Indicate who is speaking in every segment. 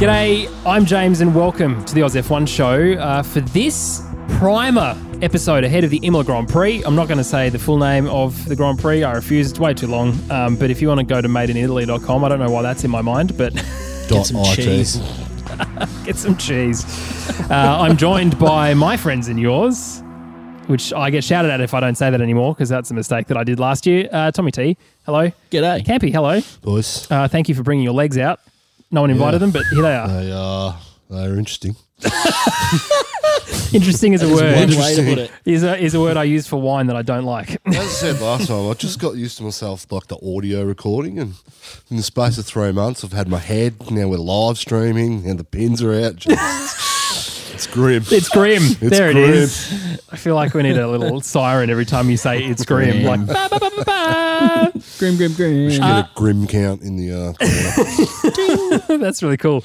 Speaker 1: G'day, I'm James, and welcome to the Oz F1 show. Uh, for this primer episode ahead of the Imola Grand Prix, I'm not going to say the full name of the Grand Prix, I refuse, it's way too long. Um, but if you want to go to madeinitaly.com, I don't know why that's in my mind, but
Speaker 2: Dot IT.
Speaker 1: get some cheese. Uh, I'm joined by my friends and yours, which I get shouted at if I don't say that anymore, because that's a mistake that I did last year. Uh, Tommy T, hello.
Speaker 3: G'day.
Speaker 1: Campy, hello.
Speaker 2: Boys,
Speaker 1: Uh, thank you for bringing your legs out. No one invited
Speaker 2: Yeah.
Speaker 1: them, but here they are.
Speaker 2: they are they're interesting.
Speaker 1: Interesting is a
Speaker 3: One
Speaker 1: word.
Speaker 3: way to put it.
Speaker 1: Is a, is a word I use for wine that I don't like.
Speaker 2: As I said last time, I just got used to myself like the audio recording, and in the space of three months, I've had my head. Now we're live streaming, and the pins are out. Jesus. it's grim.
Speaker 1: It's grim. there it
Speaker 2: grim.
Speaker 1: is. I feel like we need a little siren every time you say it's grim. Like ba, ba, ba, ba, ba.
Speaker 3: Grim, grim, grim.
Speaker 2: Get a grim count in the uh, corner.
Speaker 1: that's really cool.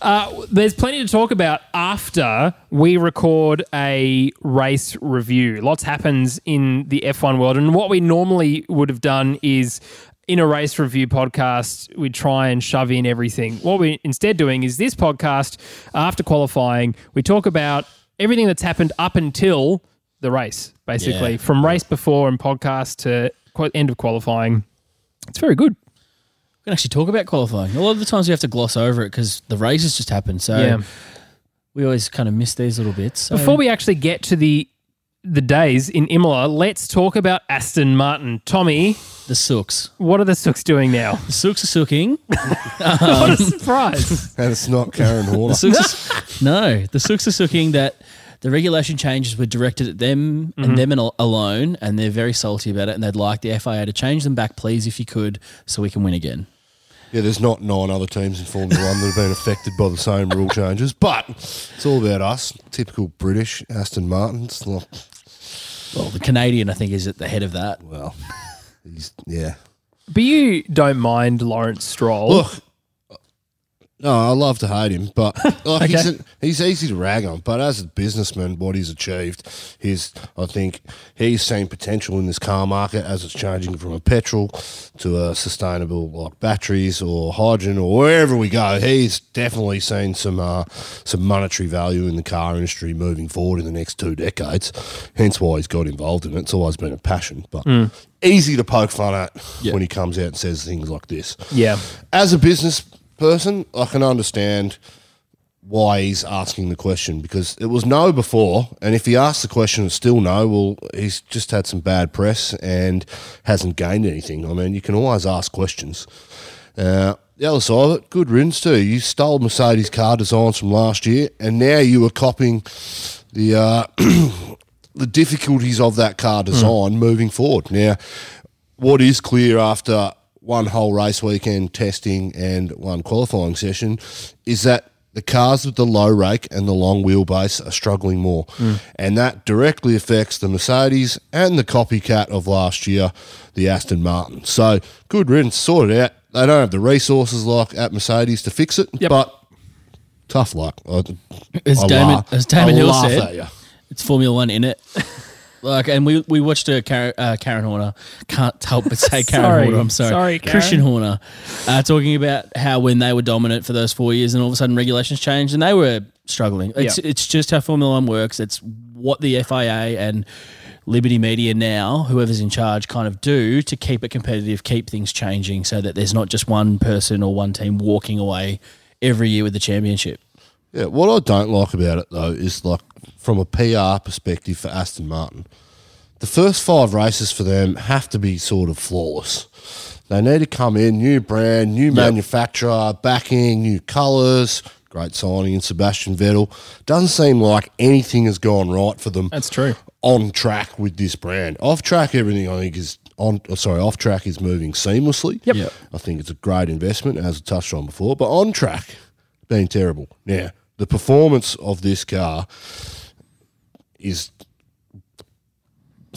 Speaker 1: Uh, there's plenty to talk about after we record a race review. Lots happens in the F1 world, and what we normally would have done is. In a race review podcast, we try and shove in everything. What we're instead doing is this podcast, after qualifying, we talk about everything that's happened up until the race, basically,
Speaker 3: Yeah.
Speaker 1: from race before and podcast to qu- end of qualifying. It's very good.
Speaker 3: We can actually talk about qualifying. A lot of the times we have to gloss over it because the race has just happened. So we always kind of miss these little bits. So
Speaker 1: Before we actually get to the the days in Imola, let's talk about Aston Martin. Tommy,
Speaker 3: the sooks.
Speaker 1: what are the Sooks doing now?
Speaker 3: The sooks are sooking.
Speaker 1: what a surprise!
Speaker 2: and it's not Karen Horner.
Speaker 3: The sooks are, no, the sooks are sooking that the regulation changes were directed at them and them and al- alone, and they're very salty about it. And they'd like the FIA to change them back, please, if you could, so we can win again.
Speaker 2: yeah, there's not nine other teams in Formula One that have been affected by the same rule changes, but it's all about us. Typical British Aston Martins. Like,
Speaker 3: Well, the Canadian, I think, is at the head of that.
Speaker 2: well, he's, yeah.
Speaker 1: but you don't mind Lawrence Stroll.
Speaker 2: Look, no, I love to hate him, but like, he's, a, he's easy to rag on. But as a businessman, what he's achieved is, I think, he's seen potential in this car market as it's changing from a petrol to a sustainable, like batteries or hydrogen or wherever we go. He's definitely seen some uh, some monetary value in the car industry moving forward in the next two decades. Hence why he's got involved in it. It's always been a passion, but. Easy to poke fun at when he comes out and says things like this
Speaker 1: Yeah.
Speaker 2: as a business person, I can understand why he's asking the question because it was no before, and if he asked the question and still no, well, he's just had some bad press and hasn't gained anything. I mean, you can always ask questions. Uh, the other side of it, good riddance too. You stole Mercedes car designs from last year, and now you are copying the uh, the difficulties of that car design moving forward. Now, what is clear after one whole race weekend testing and one qualifying session is that the cars with the low rake and the long wheelbase are struggling more. And that directly affects the Mercedes and the copycat of last year, the Aston Martin. So good riddance, sort it out. They don't have the resources like at Mercedes to fix it,
Speaker 1: Yep.
Speaker 2: but tough luck. I,
Speaker 3: As
Speaker 2: I
Speaker 3: Damon,
Speaker 2: laugh-
Speaker 3: as Damon
Speaker 2: I
Speaker 3: Hill
Speaker 2: laugh
Speaker 3: said,
Speaker 2: at ya.
Speaker 3: It's Formula One in it. like, and we we watched a Karen, uh, Karen Horner. Can't help but say Karen
Speaker 1: Sorry.
Speaker 3: Horner. I'm sorry,
Speaker 1: Sorry, Karen.
Speaker 3: Christian Horner, uh, talking about how when they were dominant for those four years, and all of a sudden regulations changed, and they were struggling. It's
Speaker 1: Yeah.
Speaker 3: it's just how Formula One works. It's what the FIA and Liberty Media now, whoever's in charge, kind of do to keep it competitive, keep things changing, so that there's not just one person or one team walking away every year with the championship.
Speaker 2: Yeah, what I don't like about it though is like from a PR perspective for Aston Martin, the first five races for them have to be sort of flawless. They need to come in, new brand, new manufacturer, backing, new colours. Great signing in Sebastian Vettel. Doesn't seem like anything has gone right for them
Speaker 1: That's true.
Speaker 2: on track with this brand. Off track, everything I think is on. oh, Sorry, off track is moving seamlessly.
Speaker 1: Yep. Yep.
Speaker 2: I think it's a great investment, as I touched on before. But on track, been terrible. Now the performance of this car is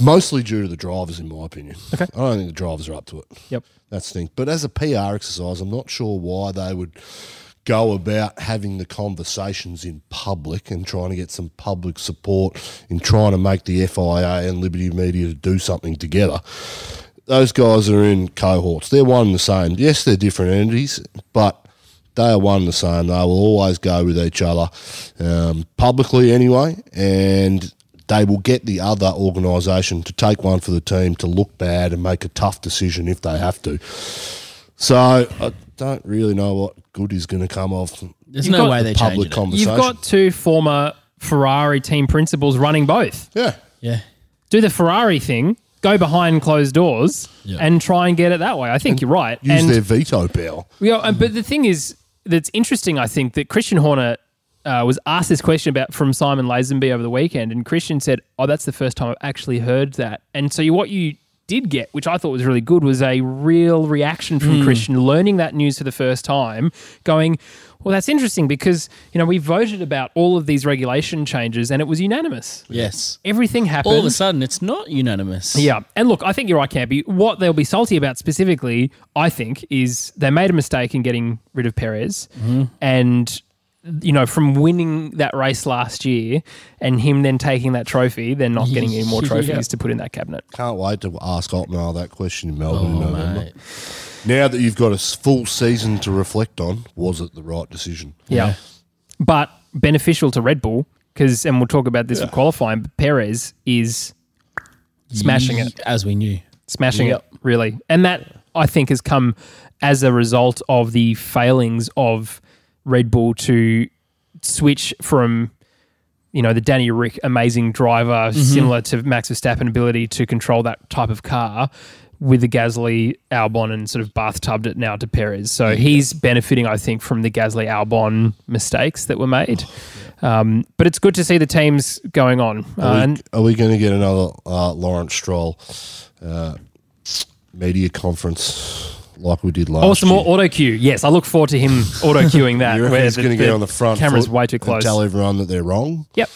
Speaker 2: mostly due to the drivers, in my opinion. Okay. I don't think the drivers are up to it.
Speaker 1: Yep.
Speaker 2: That's the thing. But as a PR exercise, I'm not sure why they would go about having the conversations in public and trying to get some public support in trying to make the FIA and Liberty Media do something together. Those guys are in cohorts. They're one and the same. Yes, they're different entities, but they are one and the same. They will always go with each other, um, publicly anyway, and they will get the other organisation to take one for the team to look bad and make a tough decision if they have to. So I don't really know what good is going to come of
Speaker 3: There's
Speaker 1: You've
Speaker 3: no
Speaker 1: got
Speaker 3: way
Speaker 1: the
Speaker 3: they
Speaker 2: public
Speaker 3: public changing it.
Speaker 2: conversation.
Speaker 1: You've got two former Ferrari team principals running both.
Speaker 2: yeah.
Speaker 3: Yeah.
Speaker 1: Do the Ferrari thing, go behind closed doors,
Speaker 3: Yeah.
Speaker 1: and try and get it that way. I think you're right.
Speaker 2: Use
Speaker 1: and
Speaker 2: their veto power.
Speaker 1: Yeah, uh, but the thing is that's interesting. I think that Christian Horner uh, was asked this question about from Simon Lazenby over the weekend, and Christian said, "Oh, that's the first time I've actually heard that." And so you, what you did get, which I thought was really good, was a real reaction from Christian learning that news for the first time, going. Well, that's interesting because you know we voted about all of these regulation changes, and it was unanimous.
Speaker 3: Yes.
Speaker 1: Everything happened.
Speaker 3: All of a sudden, it's not unanimous.
Speaker 1: Yeah. And look, I think you're right, Campy. What they'll be salty about specifically, I think, is they made a mistake in getting rid of Perez. And, you know, from winning that race last year and him then taking that trophy, they're not getting any more
Speaker 3: Yeah.
Speaker 1: trophies to put in that cabinet.
Speaker 2: Can't wait to ask Otmar that question in Melbourne in
Speaker 3: Oh,
Speaker 2: November.
Speaker 3: mate.
Speaker 2: Now that you've got a s- full season to reflect on, was it the right decision?
Speaker 1: Yeah. But beneficial to Red Bull, because, and we'll talk about this with qualifying, but Perez is smashing it.
Speaker 3: As we knew.
Speaker 1: smashing
Speaker 3: Yep.
Speaker 1: it really and that i think has come as a result of the failings of red bull to switch from you know the danny rick amazing driver similar to max verstappen ability to control that type of car with the Gasly Albon and sort of bathtubed it now to Perez. So he's benefiting, I think, from the Gasly Albon mistakes that were made. um, but it's good to see the teams going on. Uh,
Speaker 2: Are we,
Speaker 1: and
Speaker 2: are we going to get another uh, Lawrence Stroll uh, media conference like we did last
Speaker 1: Oh, some
Speaker 2: year?
Speaker 1: more auto cue. Yes, I look forward to him auto cueing that.
Speaker 2: You reckon
Speaker 1: where
Speaker 2: he's going to get on the front
Speaker 1: Camera's
Speaker 2: foot
Speaker 1: way too
Speaker 2: and
Speaker 1: close.
Speaker 2: tell everyone that they're wrong.
Speaker 1: Yep.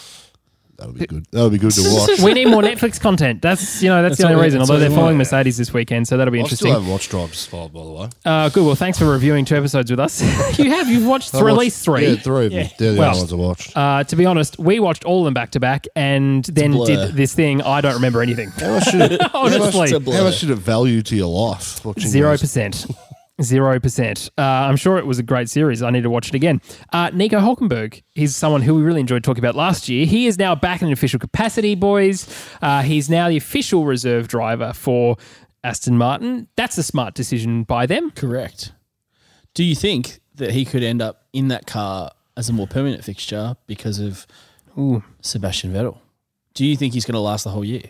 Speaker 2: That'll be good. That'll be good to watch.
Speaker 1: we need more Netflix content. That's you know that's,
Speaker 3: That's
Speaker 1: the only
Speaker 3: all we-
Speaker 1: reason.
Speaker 3: that's
Speaker 1: Although
Speaker 3: all we
Speaker 1: they're following
Speaker 3: want.
Speaker 1: Mercedes this weekend, so that'll be
Speaker 2: I still
Speaker 1: interesting.
Speaker 2: haven't watched Drive's Five, by the way.
Speaker 1: uh, good. Well, thanks for reviewing two episodes with us. you have you've watched
Speaker 2: I
Speaker 1: three, at
Speaker 2: watched-
Speaker 1: least three.
Speaker 2: Yeah, three of them. They're the
Speaker 1: Well,
Speaker 2: only ones I watched.
Speaker 1: Uh, to be honest, we watched all of them back to back, and then
Speaker 3: blur.
Speaker 1: did this thing. I don't remember anything.
Speaker 2: how, much should it, how, much,
Speaker 1: Honestly,
Speaker 3: it's a blur.
Speaker 2: how much should it value to your life? Watching
Speaker 1: Oh, Zero
Speaker 2: those?
Speaker 1: percent. Zero percent. Uh, I'm sure it was a great series. I need to watch it again. Uh, Nico Hulkenberg, he's someone who we really enjoyed talking about last year. He is now back in an official capacity, boys. Uh, he's now the official reserve driver for Aston Martin. That's a smart decision by them.
Speaker 3: Correct. Do you think that he could end up in that car as a more permanent fixture because of Sebastian Vettel? Do you think he's going to last the whole year?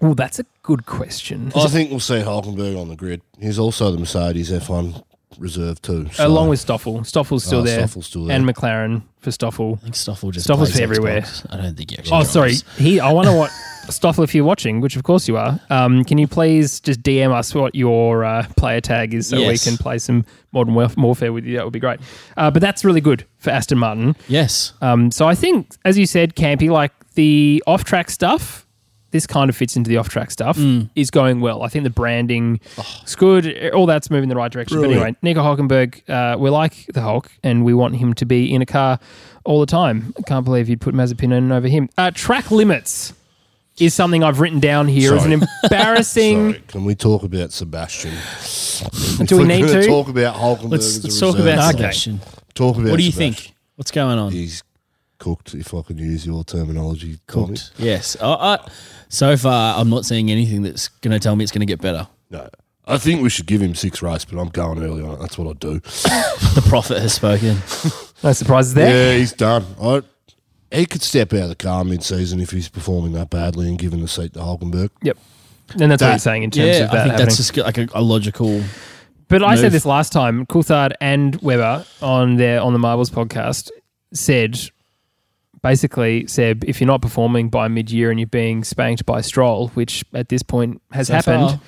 Speaker 1: Oh, that's a good question.
Speaker 3: Oh.
Speaker 2: I think we'll see Hulkenberg on the grid. He's also the Mercedes F1 reserve too. so-
Speaker 1: Along with Stoffel. Stoffel's still,
Speaker 2: Oh,
Speaker 1: there,
Speaker 2: Stoffel's still there.
Speaker 1: And McLaren for Stoffel.
Speaker 3: I think Stoffel just
Speaker 1: Stoffel's
Speaker 3: plays
Speaker 1: everywhere.
Speaker 3: Xbox. I don't think he actually.
Speaker 1: Oh,
Speaker 3: drives.
Speaker 1: sorry. He. I wonder what Stoffel, if you're watching, which of course you are. Um, can you please just DM us what your uh, player tag is so
Speaker 3: Yes.
Speaker 1: we can play some modern Warf- warfare with you? That would be great. Uh, but that's really good for Aston Martin.
Speaker 3: Yes.
Speaker 1: Um, so I think, as you said, Campy, like the off-track stuff. This kind of fits into the off-track stuff.
Speaker 3: Mm.
Speaker 1: Is going well. I think the branding
Speaker 3: Oh.
Speaker 1: is good. All that's moving in the right direction. But anyway,
Speaker 2: Brilliant.
Speaker 1: Nico Hulkenberg, uh, we like the Hulk, and we want him to be in a car all the time. I can't believe you'd put Mazepin in over him. Uh, track limits is something I've written down here as an embarrassing.
Speaker 2: Sorry, can we talk about Sebastian?
Speaker 1: Do
Speaker 2: If
Speaker 1: we
Speaker 2: we're
Speaker 1: need
Speaker 2: gonna
Speaker 1: to?
Speaker 2: talk about Hulkenberg?
Speaker 3: Let's,
Speaker 2: as a
Speaker 3: let's talk
Speaker 2: reserve,
Speaker 3: about
Speaker 1: Okay.
Speaker 3: Sebastian.
Speaker 2: Talk about
Speaker 3: What do you
Speaker 2: Sebastian.
Speaker 3: think? What's going on?
Speaker 2: He's cooked, if I can use your terminology. Tommy.
Speaker 3: Cooked. Yes. I, I, so far, I'm not seeing anything that's going to tell me it's going to get better.
Speaker 2: No, I think we should give him six race, but I'm going early on it. That's what I do.
Speaker 3: The prophet has spoken.
Speaker 1: No surprises there.
Speaker 2: yeah, he's done. I, he could step out of the car mid-season if he's performing that badly and giving the seat to Hulkenberg.
Speaker 1: Yep. And that's what
Speaker 2: That-
Speaker 1: you're saying in terms
Speaker 3: yeah,
Speaker 1: of that.
Speaker 3: I think
Speaker 1: happening.
Speaker 3: that's just like a, a logical.
Speaker 1: But I said
Speaker 3: move.
Speaker 1: this last time. Coulthard and Weber on their on the Marbles podcast said basically, Seb, if you're not performing by mid year and you're being spanked by Stroll, which at this point has
Speaker 3: So
Speaker 1: happened,
Speaker 3: far.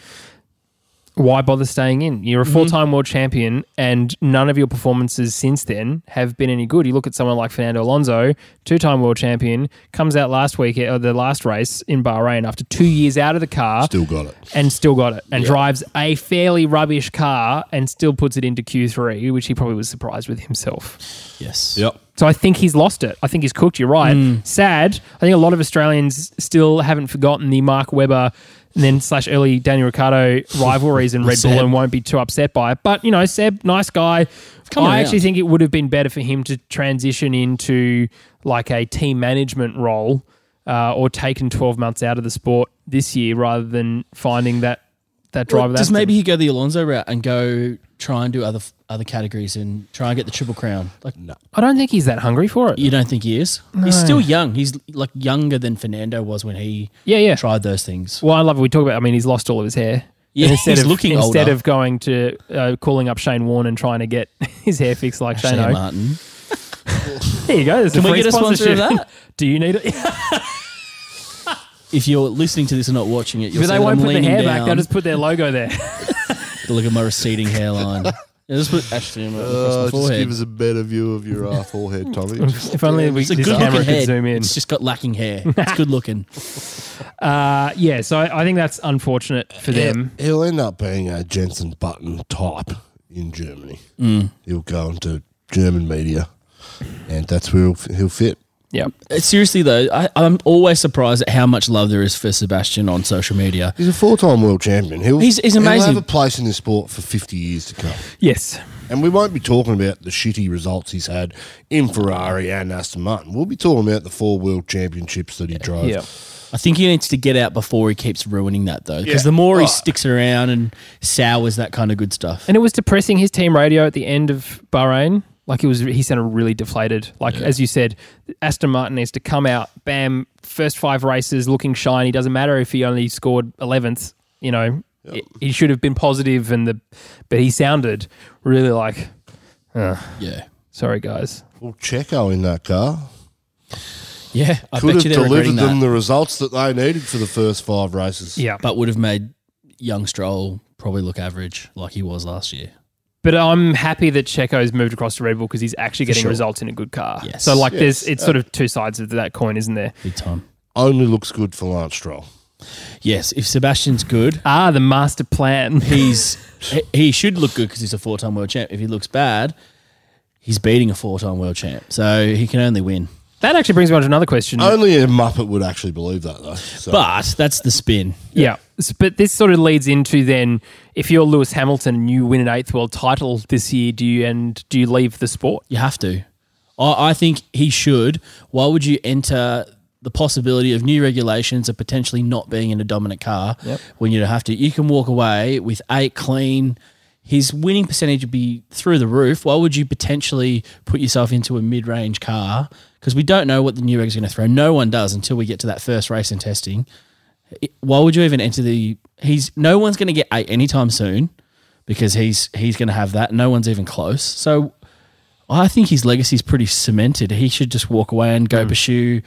Speaker 1: why bother staying in? You're
Speaker 3: Mhm.
Speaker 1: a full time world champion, and none of your performances since then have been any good. You look at someone like Fernando Alonso, two time world champion, comes out last week or the last race in Bahrain after two years out of the car
Speaker 2: Still got it.
Speaker 1: and still got it and drives a fairly rubbish car and still puts it into Q3, which he probably was surprised with himself.
Speaker 3: Yes.
Speaker 2: Yep.
Speaker 1: So I think he's lost it. I think he's
Speaker 3: Hmm.
Speaker 1: cooked. You're right. Sad. I think a lot of Australians still haven't forgotten the Mark Webber and then slash early Daniel Ricciardo rivalries and Red Bull
Speaker 3: Seb.
Speaker 1: and won't be too upset by it. But you know, Seb, nice guy.
Speaker 3: come
Speaker 1: I
Speaker 3: around.
Speaker 1: actually think it would have been better for him to transition into like a team management role uh, or taken twelve months out of the sport this year rather than finding that that driver.
Speaker 3: Does
Speaker 1: that's
Speaker 3: maybe he go the Alonso route and go try and do other other categories and try and get the triple crown? Like
Speaker 1: I don't think he's that hungry for it.
Speaker 3: you don't think he is? He's still young. He's like younger than Fernando was when he
Speaker 1: Yeah, yeah.
Speaker 3: tried those things.
Speaker 1: Well, I love we talk about. I mean, he's lost all of his hair.
Speaker 3: Yeah,
Speaker 1: And instead
Speaker 3: he's
Speaker 1: of,
Speaker 3: looking
Speaker 1: instead
Speaker 3: older.
Speaker 1: of going to uh, calling up Shane Warne and trying to get his hair fixed like Shane.
Speaker 3: Shane
Speaker 1: O.
Speaker 3: Martin.
Speaker 1: There you go. there's
Speaker 3: Can we
Speaker 1: free
Speaker 3: get a sponsor of
Speaker 1: sponsorship.
Speaker 3: that?
Speaker 1: Do you need it?
Speaker 3: If you're listening to this and not watching it, you'll
Speaker 1: But
Speaker 3: see
Speaker 1: they
Speaker 3: that
Speaker 1: won't
Speaker 3: I'm
Speaker 1: put the
Speaker 3: leaning
Speaker 1: hair
Speaker 3: down.
Speaker 1: back. They'll just put their logo there.
Speaker 3: Look at my receding hairline. Yeah, just put actually across my
Speaker 2: Uh, just
Speaker 3: forehead.
Speaker 2: give us a better view of your uh, forehead, Tommy. Just-
Speaker 1: if only we,
Speaker 3: It's a
Speaker 1: this
Speaker 3: good
Speaker 1: camera
Speaker 3: looking
Speaker 1: could
Speaker 3: head.
Speaker 1: zoom in.
Speaker 3: It's just got lacking hair. It's good looking.
Speaker 1: Uh, yeah, so I, I think that's unfortunate for them.
Speaker 2: He'll, he'll end up being a Jensen Button type in Germany.
Speaker 3: Mm.
Speaker 2: He'll go into German media, and that's where he'll, he'll fit.
Speaker 1: Yeah.
Speaker 3: Uh, Seriously though, I, I'm always surprised at how much love there is for Sebastian on social media.
Speaker 2: He's a four-time world champion. He'll,
Speaker 3: He's- he's
Speaker 2: He'll
Speaker 3: amazing.
Speaker 2: have a place in this sport for 50 years to come.
Speaker 1: Yes.
Speaker 2: And we won't be talking about the shitty results he's had in Ferrari and Aston Martin. We'll be talking about the four world championships that he drove.
Speaker 1: Yeah.
Speaker 3: I think he needs to get out before he keeps ruining that though, because
Speaker 2: Yeah.
Speaker 3: the more he
Speaker 2: Oh.
Speaker 3: sticks around and sours that kind of good stuff.
Speaker 1: And it was depressing his team radio at the end of Bahrain. Like it was, he sounded really deflated. Like as you said, Aston Martin needs to come out, bam, first five races looking shiny. Doesn't matter if he only scored eleventh. You know, he should have been positive, and the but he sounded really like, uh,
Speaker 3: yeah,
Speaker 1: sorry guys,
Speaker 2: Well, Checo in that car
Speaker 3: yeah. I
Speaker 2: could
Speaker 3: bet
Speaker 2: have
Speaker 3: you they're
Speaker 2: delivered
Speaker 3: regretting
Speaker 2: them
Speaker 3: that,
Speaker 2: the results that they needed for the first five races.
Speaker 1: yeah.
Speaker 3: but would have made young Stroll probably look average like he was last year.
Speaker 1: But I'm happy that Checo's moved across to Red Bull because he's actually getting
Speaker 3: sure.
Speaker 1: results in a good car.
Speaker 3: Yes.
Speaker 1: So like, there's
Speaker 2: Yes.
Speaker 1: it's sort of two sides of that coin, isn't there?
Speaker 3: Big time.
Speaker 2: Only looks good for Lance Stroll.
Speaker 3: Yes, if Sebastian's good,
Speaker 1: Ah, the master plan.
Speaker 3: he's he- he should look good because he's a four-time world champ. If he looks bad, he's beating a four-time world champ, so he can only win.
Speaker 1: that actually brings me on to another question.
Speaker 3: Oh,
Speaker 2: Only a Muppet would actually believe that, though. So,
Speaker 3: But that's the spin.
Speaker 1: Yeah. S- But this sort of leads into then if you're Lewis Hamilton and you win an eighth world title this year, do you and do you leave the sport?
Speaker 3: You have to. I, I think he should. Why would you enter the possibility of new regulations of potentially not being in a dominant car when you don't have to? You can walk away with eight clean. His winning percentage would be through the roof. Why would you potentially put yourself into a mid range car? Because we don't know what the new reg's going to throw. No one does until we get to that first race and testing. It- Why would you even enter the? He's no one's going to get eight anytime soon because he's he's going to have that. No one's even close. So I think his legacy's pretty cemented. He should just walk away and go pursue,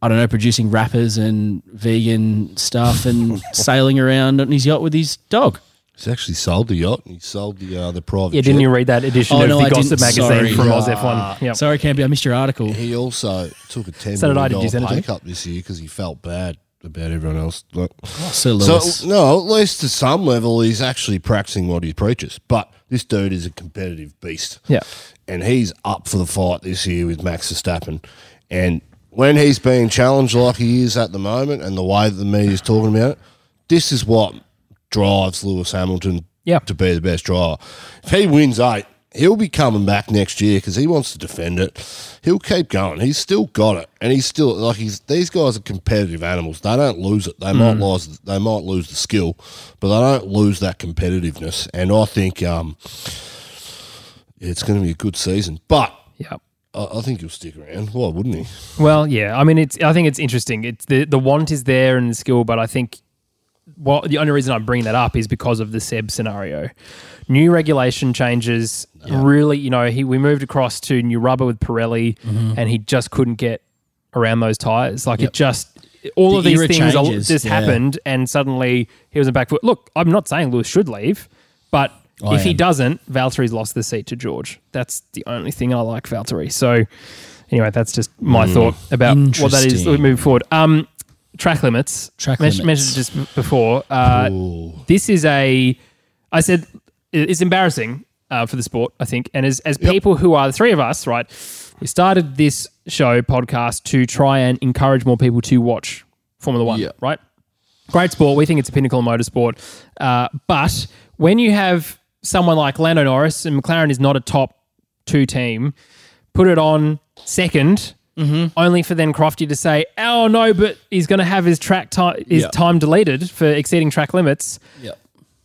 Speaker 3: I don't know, producing rappers and vegan stuff and sailing around on his yacht with his dog.
Speaker 2: he's actually sold the yacht. and He sold the uh, the private.
Speaker 1: Yeah, didn't
Speaker 2: jet.
Speaker 1: you read that edition
Speaker 3: Oh,
Speaker 1: of
Speaker 3: no,
Speaker 1: the
Speaker 3: I
Speaker 1: Gossip
Speaker 3: didn't.
Speaker 1: magazine
Speaker 3: Sorry.
Speaker 1: from Oz
Speaker 2: Ah.
Speaker 1: F1? Yeah.
Speaker 3: Sorry, Campy, I missed your article.
Speaker 2: He also took a ten
Speaker 1: So did I,
Speaker 2: million
Speaker 1: did you
Speaker 2: dollar
Speaker 1: send it to
Speaker 2: pay
Speaker 1: me?
Speaker 2: cut this year because he felt bad about everyone else. Look.
Speaker 1: Oh.
Speaker 3: Sir
Speaker 2: So
Speaker 3: Lewis.
Speaker 2: no, at least to some level, he's actually practicing what he preaches. But this dude is a competitive beast.
Speaker 1: Yeah.
Speaker 2: and he's up for the fight this year with Max Verstappen. And when he's being challenged like he is at the moment, and the way that the media's talking about it, this is what drives Lewis Hamilton
Speaker 1: Yeah.
Speaker 2: to be the best driver. If he wins eight, he'll be coming back next year because he wants to defend it. He'll keep going. He's still got it, and he's still like he's. These guys are competitive animals. They don't lose it. They might lose. They might lose the skill, but they don't lose that competitiveness. And I think um, it's going to be a good season. But
Speaker 1: Yeah.
Speaker 2: I, I think he'll stick around. Why wouldn't he?
Speaker 1: Well, yeah. I mean, it's. I think it's interesting. It's the the want is there and the skill, but I think well, the only reason I'm bringing that up is because of the Seb scenario. New regulation changes. Really, you know, he we moved across to new rubber with Pirelli,
Speaker 3: Mm-hmm.
Speaker 1: and he just couldn't get around those tires. Like it just. All
Speaker 3: The
Speaker 1: of these
Speaker 3: era
Speaker 1: things are-
Speaker 3: changes,
Speaker 1: just
Speaker 3: yeah.
Speaker 1: happened, and suddenly he was in back foot. Look, I'm not saying Lewis should leave, but
Speaker 3: I
Speaker 1: if he
Speaker 3: am.
Speaker 1: doesn't, Valtteri's lost the seat to George. That's the only thing I like Valtteri. So, anyway, that's just my thought about what that is
Speaker 3: Hmm. Interesting.
Speaker 1: moving forward. Um, track limits.
Speaker 3: Track
Speaker 1: Mes-
Speaker 3: limits.
Speaker 1: Mentioned just b- before. Uh, this is a. I said it- it's embarrassing uh, for the sport. I think, and as as people who are the three of us, right, we started this show podcast to try and encourage more people to watch Formula One,
Speaker 3: Yeah.
Speaker 1: right? great sport. We think it's a pinnacle of motorsport. Uh, but when you have someone like Lando Norris and McLaren is not a top two team, put it on 2nd only for then Crofty to say, "Oh no, but he's going to have his track time his
Speaker 3: Yeah.
Speaker 1: time deleted for exceeding track limits."
Speaker 3: Yep.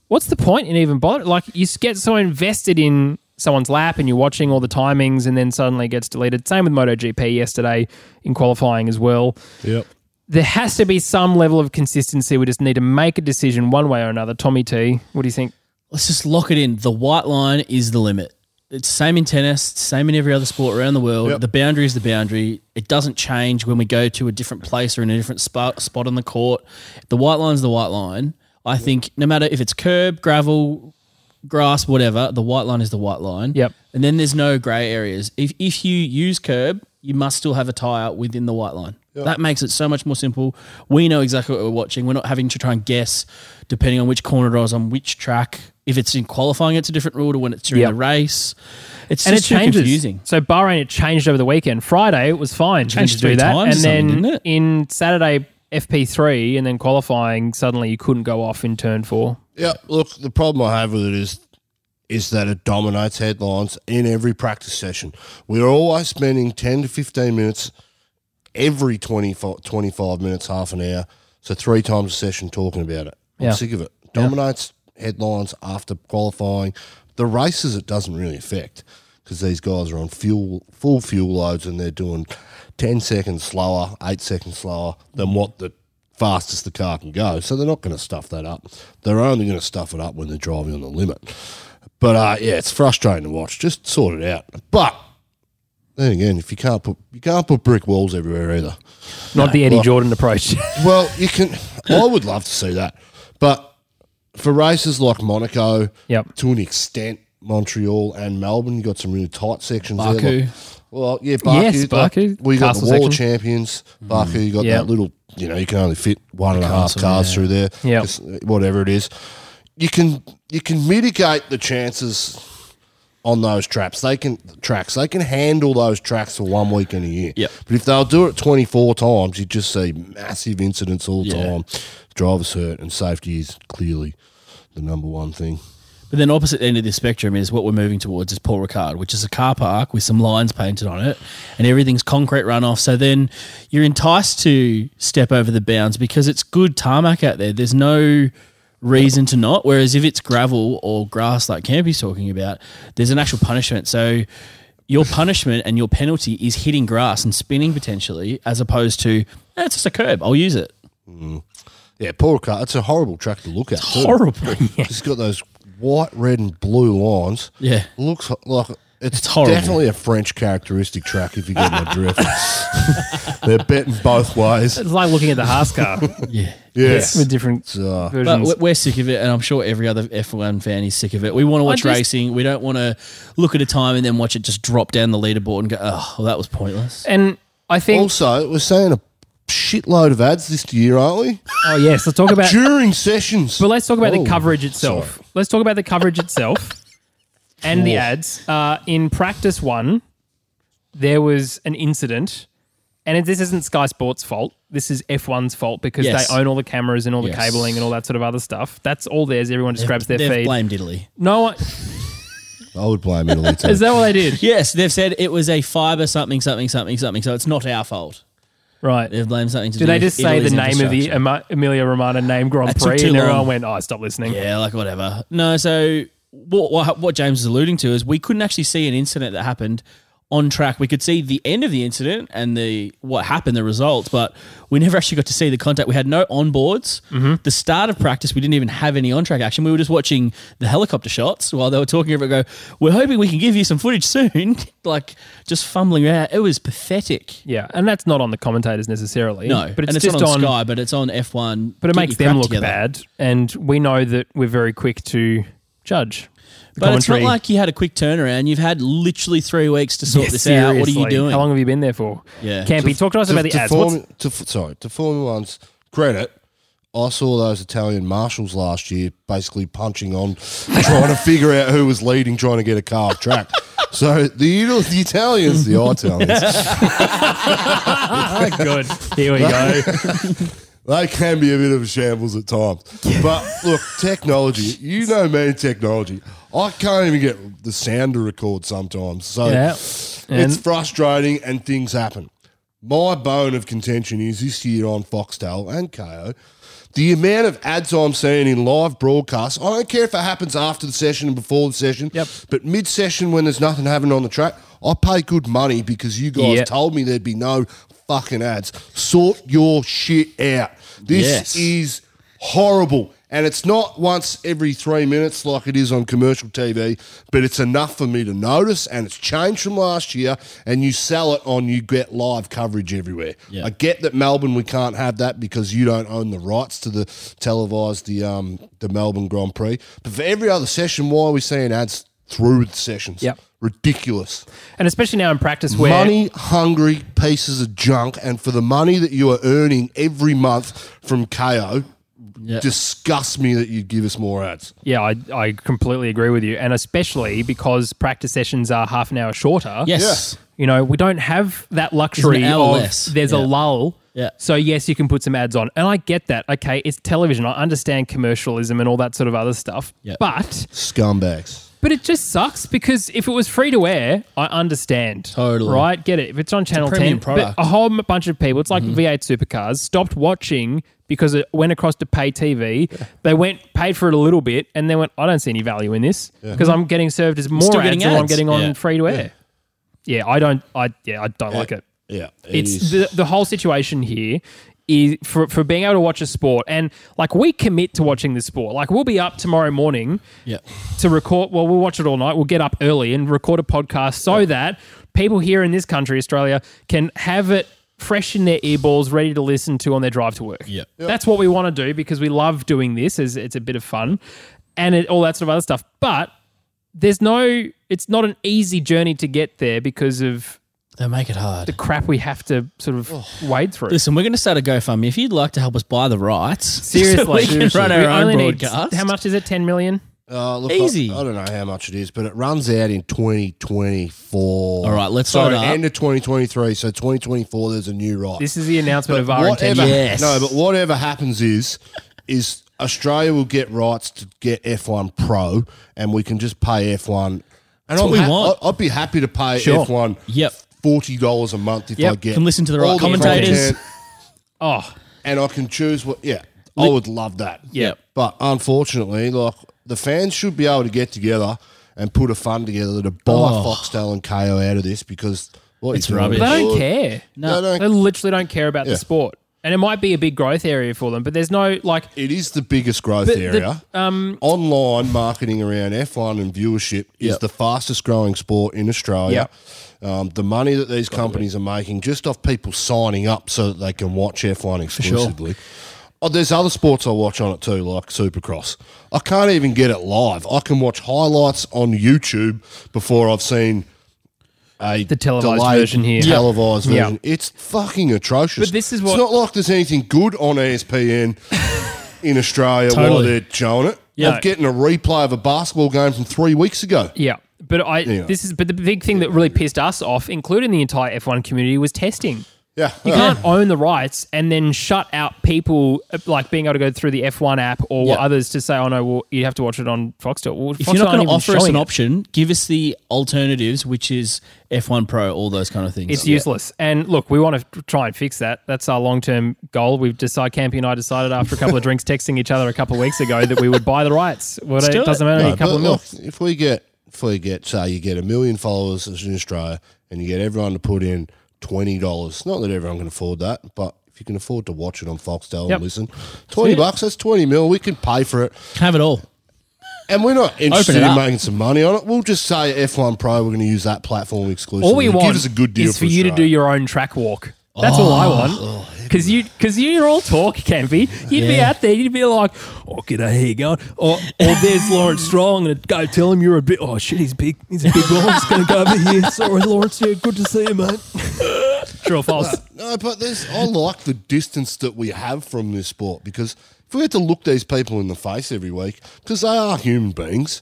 Speaker 1: What's the point in even bother? Like you s- get so invested in someone's lap and you're watching all the timings, and then suddenly it gets deleted. Same with MotoGP yesterday in qualifying as well
Speaker 2: Yep.
Speaker 1: there has to be some level of consistency. We just need to make a decision one way or another. Tommy T, what do you think?
Speaker 3: Let's just lock it in. The white line is the limit. It's same in tennis, it's same in every other sport around the world.
Speaker 2: Yep.
Speaker 3: The boundary is the boundary. It doesn't change when we go to a different place or in a different spot, spot on the court. The white line's the white line. I think no matter if it's curb, gravel, grass, whatever, the white line is the white line.
Speaker 1: Yep.
Speaker 3: And then there's no grey areas. If if you use curb, you must still have a tire within the white line. That makes it so much more simple. We know exactly what we're watching. We're not having to try and guess depending on which corner it was on which track. If it's in qualifying, it's a different rule to when it's during
Speaker 1: Yep.
Speaker 3: the race. It's
Speaker 1: And it
Speaker 3: just too
Speaker 1: changes.
Speaker 3: confusing.
Speaker 1: So Bahrain, it changed over the weekend. Friday, it was fine.
Speaker 3: Changed
Speaker 1: You could do
Speaker 3: three
Speaker 1: that.
Speaker 3: times or
Speaker 1: and
Speaker 3: something,
Speaker 1: then
Speaker 3: didn't it?
Speaker 1: in Saturday FP3 and then qualifying, suddenly you couldn't go off in turn four.
Speaker 2: Yeah, look, the problem I have with it is is that it dominates headlines in every practice session. We're always spending 10 to 15 minutes every 25, 25 minutes, half an hour, so three times a session talking about it. I'm
Speaker 1: Yeah.
Speaker 2: sick of it. Dominates headlines after qualifying. The races it doesn't really affect because these guys are on fuel full fuel loads and they're doing 10 seconds slower, 8 seconds slower than what the fastest the car can go. So they're not going to stuff that up. They're only going to stuff it up when they're driving on the limit. But uh, yeah, it's frustrating to watch. Just sort it out. But then again, if you can't put you can't put brick walls everywhere either.
Speaker 1: Not the Eddie Jordan approach.
Speaker 2: Well, you can. I would love to see that, but for races like Monaco,
Speaker 1: Yep.
Speaker 2: to an extent, Montreal and Melbourne, you got some really tight sections. There.
Speaker 3: Baku.
Speaker 2: Like, well, yeah, Baku.
Speaker 1: Yes,
Speaker 2: like,
Speaker 1: Baku.
Speaker 2: well, you got
Speaker 1: Castle
Speaker 2: the Wall
Speaker 1: section.
Speaker 2: of Champions, Baku. You got
Speaker 1: Yeah.
Speaker 2: that little. You know, you can only fit one and a half cars through there.
Speaker 1: Yeah.
Speaker 2: just uh, whatever it is, you can you can mitigate the chances. On those traps, they can tracks they can handle those tracks for one week in a year.
Speaker 3: Yep.
Speaker 2: But if they'll do it 24 times, you just see massive incidents all the
Speaker 3: Yeah.
Speaker 2: time. Drivers hurt, and safety is clearly the number one thing.
Speaker 3: But then opposite end of the spectrum is what we're moving towards is Paul Ricard, which is a car park with some lines painted on it and everything's concrete runoff. So then you're enticed to step over the bounds because it's good tarmac out there. There's no reason to not. Whereas if it's gravel or grass like Campy's talking about, there's an actual punishment. So your punishment and your penalty is hitting grass and spinning potentially as opposed to "Eh, it's just a curb. I'll use it.
Speaker 2: Yeah, poor car. It's a horrible track to look at. It's
Speaker 3: Horrible.
Speaker 2: It's got those white, red, and blue lines.
Speaker 3: Yeah.
Speaker 2: Looks ho- like it's,
Speaker 3: horrible.
Speaker 2: definitely a French characteristic track if you get my drift. They're betting both ways.
Speaker 1: it's like looking at the Haas car
Speaker 3: yeah.
Speaker 2: Yes.
Speaker 1: with different
Speaker 2: uh,
Speaker 1: versions.
Speaker 3: But we- we're sick of it, and I'm sure every other F1 fan is sick of it. We want to watch
Speaker 1: just-
Speaker 3: racing. We don't want to look at a time and then watch it just drop down the leaderboard and go, oh, well, that was pointless.
Speaker 1: and I think,
Speaker 2: Also, we're seeing a shitload of ads this year, aren't we?
Speaker 1: oh yes, let's talk about
Speaker 2: During sessions.
Speaker 1: But let's talk about
Speaker 2: Oh,
Speaker 1: the coverage itself.
Speaker 2: sorry.
Speaker 1: Let's talk about the coverage itself and the ads. Uh, in practice one, there was an incident, and it- this isn't Sky Sports' fault. This is F1's fault because
Speaker 3: Yes.
Speaker 1: they own all the cameras and all the
Speaker 3: Yes.
Speaker 1: cabling and all that sort of other stuff. That's all theirs. Everyone just grabs their
Speaker 3: they've
Speaker 1: feed.
Speaker 3: blamed Italy.
Speaker 1: No one
Speaker 2: I would blame Italy too.
Speaker 1: is that what they did?
Speaker 3: Yes, they've said it was a fibre something, something, something, something. So it's not our fault.
Speaker 1: Right.
Speaker 3: They've blamed something to
Speaker 1: Did
Speaker 3: do
Speaker 1: they
Speaker 3: with
Speaker 1: just say the
Speaker 3: Italy's
Speaker 1: name of the
Speaker 3: infrastructure.
Speaker 1: Ema- Emilia Romana name Grand
Speaker 3: That took
Speaker 1: Prix
Speaker 3: too
Speaker 1: and everyone
Speaker 3: long.
Speaker 1: went, oh, stop listening.
Speaker 3: Yeah, like whatever. No, so what, what, what James is alluding to is we couldn't actually see an incident that happened on track. We could see the end of the incident and the what happened, the results, but we never actually got to see the contact. We had no onboards.
Speaker 1: Mm-hmm.
Speaker 3: The start of practice, we didn't even have any on track action. We were just watching the helicopter shots while they were talking over it. Go, we're hoping we can give you some footage soon. like just fumbling around. It was pathetic.
Speaker 1: Yeah, and that's not on the commentators necessarily.
Speaker 3: No,
Speaker 1: but it's,
Speaker 3: and it's
Speaker 1: just
Speaker 3: not on,
Speaker 1: on
Speaker 3: Sky, but it's on F1.
Speaker 1: But it
Speaker 3: Get
Speaker 1: makes
Speaker 3: your crap
Speaker 1: them look
Speaker 3: together.
Speaker 1: bad, and we know that we're very quick to judge. The
Speaker 3: But it's not
Speaker 1: commentary-
Speaker 3: like you had a quick turnaround. You've had literally three weeks to
Speaker 1: Yeah,
Speaker 3: sort this out. What are you
Speaker 1: seriously.
Speaker 3: doing?
Speaker 1: How long have you been there for?
Speaker 3: Yeah.
Speaker 1: Campy, talk to us about the ads. What's-
Speaker 2: Form, to, f- sorry, to Formula One's credit, I saw those Italian marshals last year basically punching on, trying to figure out who was leading, trying to get a car off track. So the, Ital- the Italians, the Italians,
Speaker 1: Good. Here we go.
Speaker 2: They can be a bit of a shambles at times. But look, technology, you know me and technology. I can't even get the sound to record sometimes. So
Speaker 1: Yeah.
Speaker 2: it's
Speaker 1: And-
Speaker 2: frustrating and things happen. My bone of contention is this year on Foxtel and KO, the amount of ads I'm seeing in live broadcasts, I don't care if it happens after the session and before the session,
Speaker 1: Yep.
Speaker 2: but mid session when there's nothing happening on the track, I pay good money because you guys
Speaker 1: Yep.
Speaker 2: told me there'd be no fucking ads. Sort your shit out. This
Speaker 3: Yes.
Speaker 2: is horrible. And it's not once every three minutes like it is on commercial TV, but it's enough for me to notice. And it's changed from last year. And you sell it on you get live coverage everywhere.
Speaker 3: Yeah.
Speaker 2: I get that Melbourne we can't have that because you don't own the rights to the televised the um the Melbourne Grand Prix. But for every other session, why are we seeing ads through the sessions?
Speaker 1: Yep.
Speaker 2: ridiculous
Speaker 1: And especially now in practice where
Speaker 2: money hungry pieces of junk and for the money that you are earning every month from KO
Speaker 3: Yeah.
Speaker 2: disgust me that you'd give us more ads.
Speaker 1: Yeah, I, I completely agree with you. And especially because practice sessions are half an hour shorter.
Speaker 3: Yes.
Speaker 1: You know, we don't have that luxury
Speaker 3: It's an hour
Speaker 1: of
Speaker 3: less.
Speaker 1: there's a
Speaker 3: Yeah.
Speaker 1: lull.
Speaker 3: Yeah.
Speaker 1: So yes, you can put some ads on. And I get that. Okay, it's television. I understand commercialism and all that sort of other stuff.
Speaker 3: Yeah.
Speaker 1: But
Speaker 2: Scumbags.
Speaker 1: but it just sucks because if it was free to air, I understand.
Speaker 3: Totally.
Speaker 1: Right? Get it. If it's on Channel
Speaker 3: premium
Speaker 1: 10,
Speaker 3: product. Mm-hmm.
Speaker 1: But a whole m- bunch of people, it's like V8 supercars, stopped watching because it went across to pay TV. They went, paid for it a little bit, and then went, I don't see any value in this because I'm getting served as more
Speaker 3: still
Speaker 1: ads
Speaker 3: getting
Speaker 1: than what I'm
Speaker 3: ads.
Speaker 1: getting on
Speaker 3: Yeah.
Speaker 1: free to air. Yeah. I don't, I, yeah, I don't like it
Speaker 2: Yeah.
Speaker 1: it's the, the whole situation here is for, for being able to watch a sport and like we commit to watching the sport like we'll be up tomorrow morning
Speaker 3: Yeah.
Speaker 1: to record well we'll watch it all night we'll get up early and record a podcast so that people here in this country australia can have it fresh in their earballs ready to listen to on their drive to work
Speaker 3: Yeah.
Speaker 1: that's what we want to do because we love doing this as it's a bit of fun and it, all that sort of other stuff but there's no it's not an easy journey to get there because of
Speaker 3: They make it hard.
Speaker 1: crap we have to sort of wade through.
Speaker 3: Listen, we're going to start a GoFundMe. If you'd like to help us buy the rights, so
Speaker 1: Seriously,
Speaker 3: we can run our
Speaker 1: We
Speaker 3: own
Speaker 1: only need-
Speaker 3: broadcast.
Speaker 1: how much is it? Ten million.
Speaker 2: Uh, look,
Speaker 3: Easy.
Speaker 2: I, I don't know how much it is, but it runs out in 2024.
Speaker 3: All right, let's
Speaker 2: Sorry,
Speaker 3: load up.
Speaker 2: end of 2023. So 2024, there's a new right.
Speaker 1: This is the announcement of our
Speaker 2: whatever,
Speaker 1: intention.
Speaker 3: Yes.
Speaker 2: No, but whatever happens is, is Australia will get rights to get F1 Pro, and we can just pay F1. And I'll
Speaker 3: what we
Speaker 2: ha-
Speaker 3: want.
Speaker 2: I'd be happy to pay
Speaker 1: Sure.
Speaker 2: F1.
Speaker 3: Yep.
Speaker 2: Forty dollars a month if
Speaker 1: Yep.
Speaker 2: I get.
Speaker 3: Can listen to the right
Speaker 2: all
Speaker 3: commentators.
Speaker 2: content,
Speaker 1: Oh,
Speaker 2: and I can choose what. Yeah, I would love that.
Speaker 3: Yep.
Speaker 2: But unfortunately, like the fans should be able to get together and put a fund together to buy Foxtel and KO out of this because what
Speaker 3: Oh. It's
Speaker 2: you doing
Speaker 3: rubbish.
Speaker 1: they
Speaker 2: is-
Speaker 1: don't care.
Speaker 2: No. They don't-
Speaker 1: they literally don't care about
Speaker 2: Yeah.
Speaker 1: the sport, and it might be a big growth area for them. But there's no like
Speaker 2: It is the biggest growth
Speaker 1: the- um,
Speaker 2: area. Online marketing around F1 and viewership is
Speaker 3: Yep.
Speaker 2: the fastest growing sport in Australia.
Speaker 1: Yep.
Speaker 2: Um, the money that these companies are making just off people signing up so that they can watch F1 exclusively. Oh, there's other sports I watch on it too, like Supercross. I can't even get it live. I can watch highlights on YouTube before I've seen a
Speaker 1: The televised
Speaker 2: delayed
Speaker 1: version here. Yep.
Speaker 2: Televised
Speaker 1: Yep.
Speaker 2: version. It's fucking atrocious.
Speaker 1: But this is
Speaker 2: it's
Speaker 1: what-
Speaker 2: not like there's anything good on E ESPN in Australia while
Speaker 3: Totally.
Speaker 2: they're showing it.
Speaker 1: Yeah.
Speaker 2: I'm getting a replay of a basketball game from three weeks ago.
Speaker 1: yeah. But I
Speaker 2: Yeah.
Speaker 1: this is but the big thing that really pissed us off, including the entire F1 community, was testing.
Speaker 2: Yeah.
Speaker 1: You can't own the rights and then shut out people uh, like being able to go through the F1 app or
Speaker 3: Yeah.
Speaker 1: others to say, "Oh no, well you have to watch it on Foxtel." Well,
Speaker 3: if you're not going to offer us an
Speaker 1: option.
Speaker 3: option, give us the alternatives, which is F1 Pro, all those kind of things.
Speaker 1: It's useless. And look, we want to try and fix that. That's our long term goal. We've decided, Campy and I decided after a couple of drinks, texting each other a couple of weeks ago, that we would buy the rights. What, it
Speaker 3: do it.
Speaker 1: doesn't matter,
Speaker 2: No,
Speaker 1: a couple
Speaker 2: but
Speaker 1: of mil.
Speaker 2: look, if we get if we get say you get a million followers in Australia and you get everyone to put in twenty dollars. Not that everyone can afford that, but if you can afford to watch it on Foxtel
Speaker 1: Yep.
Speaker 2: and listen, twenty bucks, that's twenty mil. We can pay for it.
Speaker 3: Have it all.
Speaker 2: And we're not interested in
Speaker 3: it up.
Speaker 2: making some money on it. We'll just say F1 Pro, we're going to use that platform exclusively.
Speaker 1: All we
Speaker 2: Give
Speaker 1: want
Speaker 2: us a good deal
Speaker 1: is for you to do
Speaker 2: Australia. Oh,
Speaker 1: your own track walk. That's all I want. Because you, because you're all talk, Campy. You'd be out there, you'd be like, "Oh, g'day, how you going?" Or, or there's Lawrence Strong, and go tell him you're a bit. Oh shit, he's big. He's a big Lawrence. Going to go over here. Sorry, Lawrence. Yeah, good to see you, mate. True or false?
Speaker 2: No, but there's, I like the distance that we have from this sport because if we had to look these people in the face every week, because they are human beings,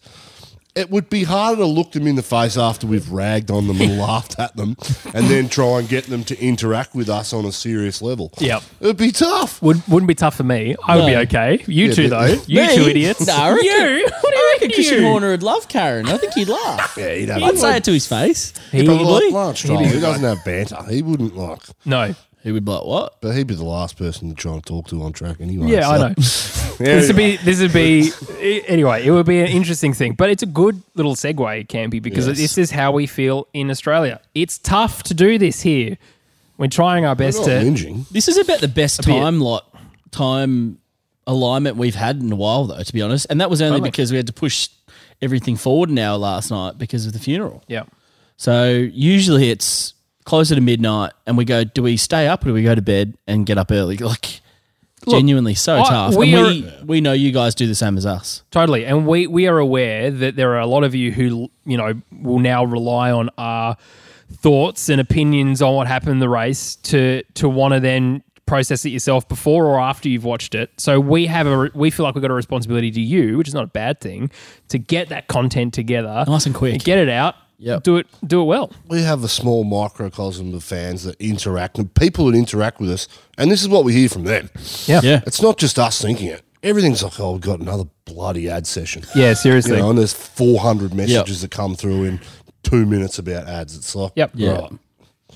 Speaker 2: it would be harder to look them in the face after we've ragged on them and laughed at them and then try and get them to interact with us on a serious level.
Speaker 1: Yep.
Speaker 2: It'd be tough.
Speaker 1: Would, wouldn't be tough for me. I would be
Speaker 3: No.
Speaker 1: okay. You two,
Speaker 2: but-
Speaker 1: though. You
Speaker 3: Me?
Speaker 1: two idiots.
Speaker 3: No, I reckon-
Speaker 1: you. What do you
Speaker 3: I
Speaker 1: reckon,
Speaker 3: reckon Christian
Speaker 1: you?
Speaker 3: Horner would love Karen. I think he'd laugh.
Speaker 2: Yeah, he'd have
Speaker 3: I'd say it to his face.
Speaker 1: He-
Speaker 2: But
Speaker 1: Probably.
Speaker 2: like lunch,
Speaker 1: He'd be
Speaker 2: Charlie, he
Speaker 1: good.
Speaker 2: doesn't have banter. He wouldn't like,
Speaker 1: No.
Speaker 3: He would be like, what?
Speaker 2: but he'd be the last person to try and talk to on track anyway.
Speaker 1: Yeah, I
Speaker 2: so-
Speaker 1: know. This would be. This would be. i- Anyway, it would be an interesting thing, but it's a good little segue, Campy, because
Speaker 2: Yes.
Speaker 1: this is how we feel in Australia. It's tough to do this here. We're trying our best
Speaker 2: Not
Speaker 1: to.
Speaker 2: whinging.
Speaker 3: This is about the best
Speaker 1: bit.
Speaker 3: time lot time alignment we've had in a while, though, to be honest. And that was only because we had to push everything forward an hour last night because of the funeral.
Speaker 1: Yeah.
Speaker 3: So usually it's closer to midnight, and we go, do we stay up or do we go to bed and get up early? Like, genuinely so
Speaker 1: I-
Speaker 3: tough.
Speaker 1: we
Speaker 3: and we, we know you guys do the same as us.
Speaker 1: Totally, and we we are aware that there are a lot of you who you know will now rely on our thoughts and opinions on what happened in the race to to want to then process it yourself before or after you've watched it. So we have a we feel like we've got a responsibility to you, which is not a bad thing, to get that content together
Speaker 3: Nice and quick.
Speaker 1: get it out,
Speaker 3: Yep.
Speaker 1: do it do it well.
Speaker 2: we have a small microcosm of fans that interact and people that interact with us, and this is what we hear from them.
Speaker 3: Yeah.
Speaker 2: It's not just us thinking it. Everything's like, oh, we've got another bloody ad session.
Speaker 1: Yeah,
Speaker 2: You
Speaker 1: seriously.
Speaker 2: know, and there's 400 messages that come through in two minutes about ads. It's like,
Speaker 1: Yep.
Speaker 3: Yeah.
Speaker 2: right,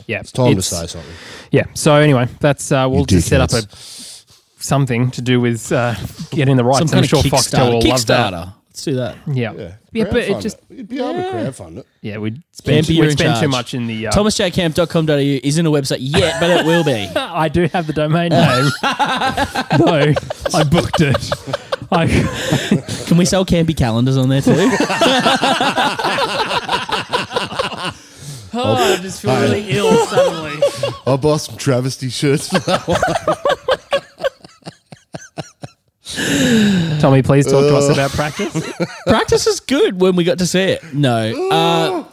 Speaker 1: yeah.
Speaker 2: it's time to say something.
Speaker 1: Yeah. So anyway, that's uh, we'll
Speaker 2: You
Speaker 1: just set up a
Speaker 2: dickheads.
Speaker 1: something to do with uh, getting the rights.
Speaker 3: Some
Speaker 1: I'm
Speaker 3: kind
Speaker 1: sure
Speaker 3: of
Speaker 1: Foxtel will
Speaker 3: Kickstarter.
Speaker 1: love that.
Speaker 3: Kickstarter. Let's do that.
Speaker 1: Yeah. Yeah, but it
Speaker 2: Crowdfund
Speaker 1: just
Speaker 2: You'd be able to crowdfund it.
Speaker 1: yeah, we'd spend,
Speaker 3: Campy, you're
Speaker 1: we'd
Speaker 3: in
Speaker 1: spend too
Speaker 3: charge.
Speaker 1: much in the uh,
Speaker 3: ThomasJcamp.com.au isn't a website yet, but it will be.
Speaker 1: I do have the domain name. no, I booked it. I,
Speaker 3: Can we sell campy calendars on there too?
Speaker 1: oh, I just feel really ill suddenly.
Speaker 2: I'll buy some travesty shirts.
Speaker 1: Tommy, please talk to us about practice.
Speaker 3: Practice is good when we got to see it. No. Uh,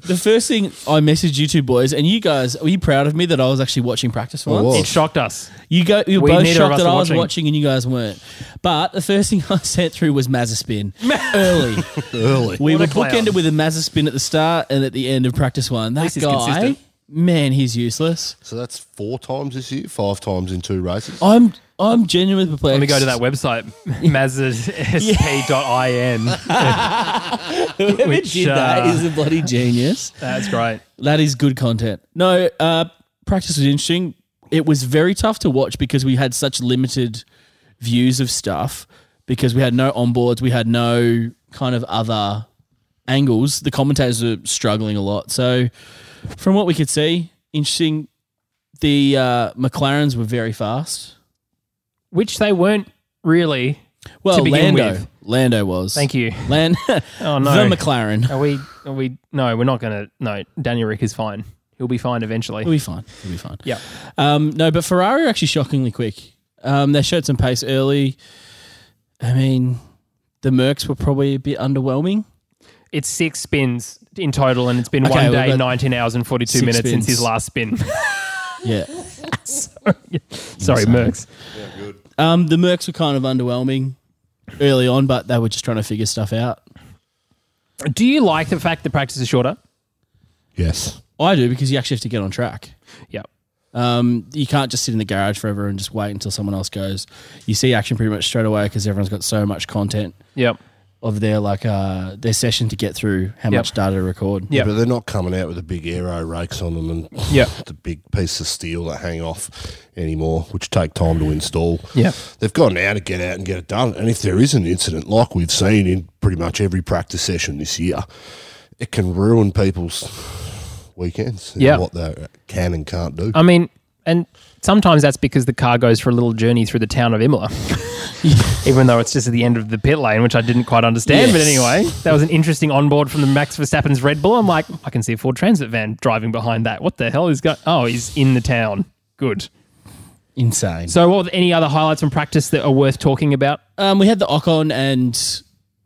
Speaker 3: the first thing I messaged you two boys, and you guys, were you proud of me that I was actually watching practice once?
Speaker 2: was.
Speaker 1: It shocked us.
Speaker 3: You go. You were
Speaker 1: We-
Speaker 3: both
Speaker 1: neither of
Speaker 3: shocked
Speaker 1: us
Speaker 3: that
Speaker 1: were
Speaker 3: I was
Speaker 1: watching.
Speaker 3: watching and you guys weren't. But the first thing I sent through was Mazaspin early.
Speaker 2: Early.
Speaker 3: We
Speaker 1: What
Speaker 3: were
Speaker 1: a clown.
Speaker 3: bookended with a Mazaspin at the start and at the end of practice one. That
Speaker 1: least he's
Speaker 3: guy,
Speaker 1: consistent.
Speaker 3: man, he's useless.
Speaker 2: So that's four times this year, five times in two races.
Speaker 1: Oh.
Speaker 3: I'm I'm genuinely perplexed.
Speaker 1: Let me go to that website, mazasp.in.
Speaker 3: Whoever
Speaker 1: which,
Speaker 3: did that
Speaker 1: uh,
Speaker 3: is a bloody genius.
Speaker 1: That's great.
Speaker 3: That is good content. No, uh, practice was interesting. It was very tough to watch because we had such limited views of stuff because we had no onboards, we had no kind of other angles. The commentators were struggling a lot. So, from what we could see, interesting. The uh, McLarens were very fast.
Speaker 1: Which they weren't really.
Speaker 3: Well,
Speaker 1: To begin
Speaker 3: Lando,
Speaker 1: with.
Speaker 3: Lando was.
Speaker 1: Thank you.
Speaker 3: Land,
Speaker 1: Oh no.
Speaker 3: the McLaren.
Speaker 1: are we? Are we? No, we're not gonna. No, Daniel Rick is fine. He'll be fine eventually.
Speaker 3: We'll be fine. We'll be fine.
Speaker 1: Yeah.
Speaker 3: Um, no, but Ferrari are actually shockingly quick. Um, they showed some pace early. I mean, the Mercs were probably a bit underwhelming.
Speaker 1: It's six spins in total, and it's been
Speaker 3: Okay,
Speaker 1: one
Speaker 3: we've
Speaker 1: day,
Speaker 3: got
Speaker 1: 19 hours, and 42
Speaker 3: six
Speaker 1: minutes since
Speaker 3: spins.
Speaker 1: his last spin.
Speaker 3: Yeah.
Speaker 1: Sorry, Mercs.
Speaker 3: Um, the Mercs were kind of underwhelming early on, but they were just trying to figure stuff out.
Speaker 1: Do you like the fact that practice is shorter?
Speaker 2: Yes.
Speaker 3: I do because you actually have to get on track.
Speaker 1: Yeah.
Speaker 3: Um, you can't just sit in the garage forever and just wait until someone else goes. You see action pretty much straight away because everyone's got so much content
Speaker 1: Yep.
Speaker 3: of their like uh, their session to get through, how much data to record.
Speaker 1: Yeah.
Speaker 2: But they're not coming out with the big aero rakes on them and
Speaker 1: Yeah.
Speaker 2: the big pieces of steel that hang off anymore, which take time to install.
Speaker 1: Yeah.
Speaker 2: They've got an hour to get out and get it done. And if there is an incident, like we've seen in pretty much every practice session this year, it can ruin people's weekends and
Speaker 1: Yeah.
Speaker 2: what they can and can't do.
Speaker 1: I mean, and sometimes that's because the car goes for a little journey through the town of Imola, even though it's just at the end of the pit lane, which I didn't quite understand. But
Speaker 3: Yes.
Speaker 1: anyway, that was an interesting onboard from the Max Verstappen's Red Bull. I'm like, I can see a Ford Transit van driving behind that. What the hell is going? Oh, he's in the town. Good.
Speaker 3: Insane.
Speaker 1: So, what were any other highlights from practice that are worth talking about?
Speaker 3: Um, we had the Ocon and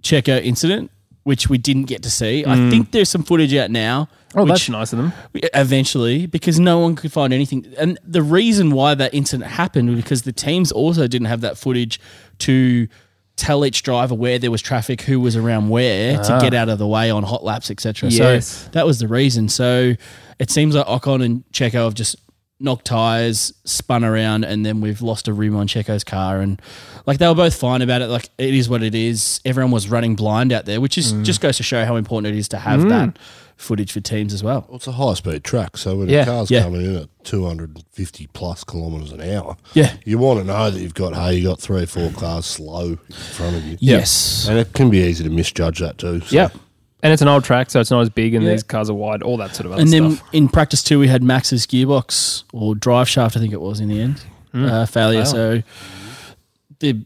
Speaker 3: Checo incident, which we didn't get to see. I think there's some footage out now.
Speaker 1: Mm. Oh,
Speaker 3: which
Speaker 1: that's nice of them.
Speaker 3: we- eventually, because no one could find anything, and the reason why that incident happened was because the teams also didn't have that footage to tell each driver where there was traffic, who was around where to get out of the way on hot laps, etc.
Speaker 1: Yes.
Speaker 3: So that was the reason. So it seems like Ocon and Checo have just knocked tires, spun around, and then we've lost a rim on Checo's car. And like they were both fine about it. Like it is what it is. Everyone was running blind out there, which is just goes to show how important it is to have that footage for teams as well.
Speaker 2: Well, it's a high speed track, so when
Speaker 1: Yeah.
Speaker 2: a car's
Speaker 3: Yeah.
Speaker 2: coming in at 250 plus kilometres an hour,
Speaker 3: Yeah.
Speaker 2: you want to know that you've got, hey, you got three or four cars slow in front of you.
Speaker 3: Yes.
Speaker 2: And it can be easy to misjudge that too. So.
Speaker 1: Yeah. And it's an old track, so it's not as big, and
Speaker 3: Yeah.
Speaker 1: these cars are wide, all that sort of other
Speaker 3: And then
Speaker 1: stuff.
Speaker 3: in practice too, we had Max's gearbox or drive shaft, I think it was in the end,
Speaker 1: Hmm.
Speaker 3: uh, failure. So the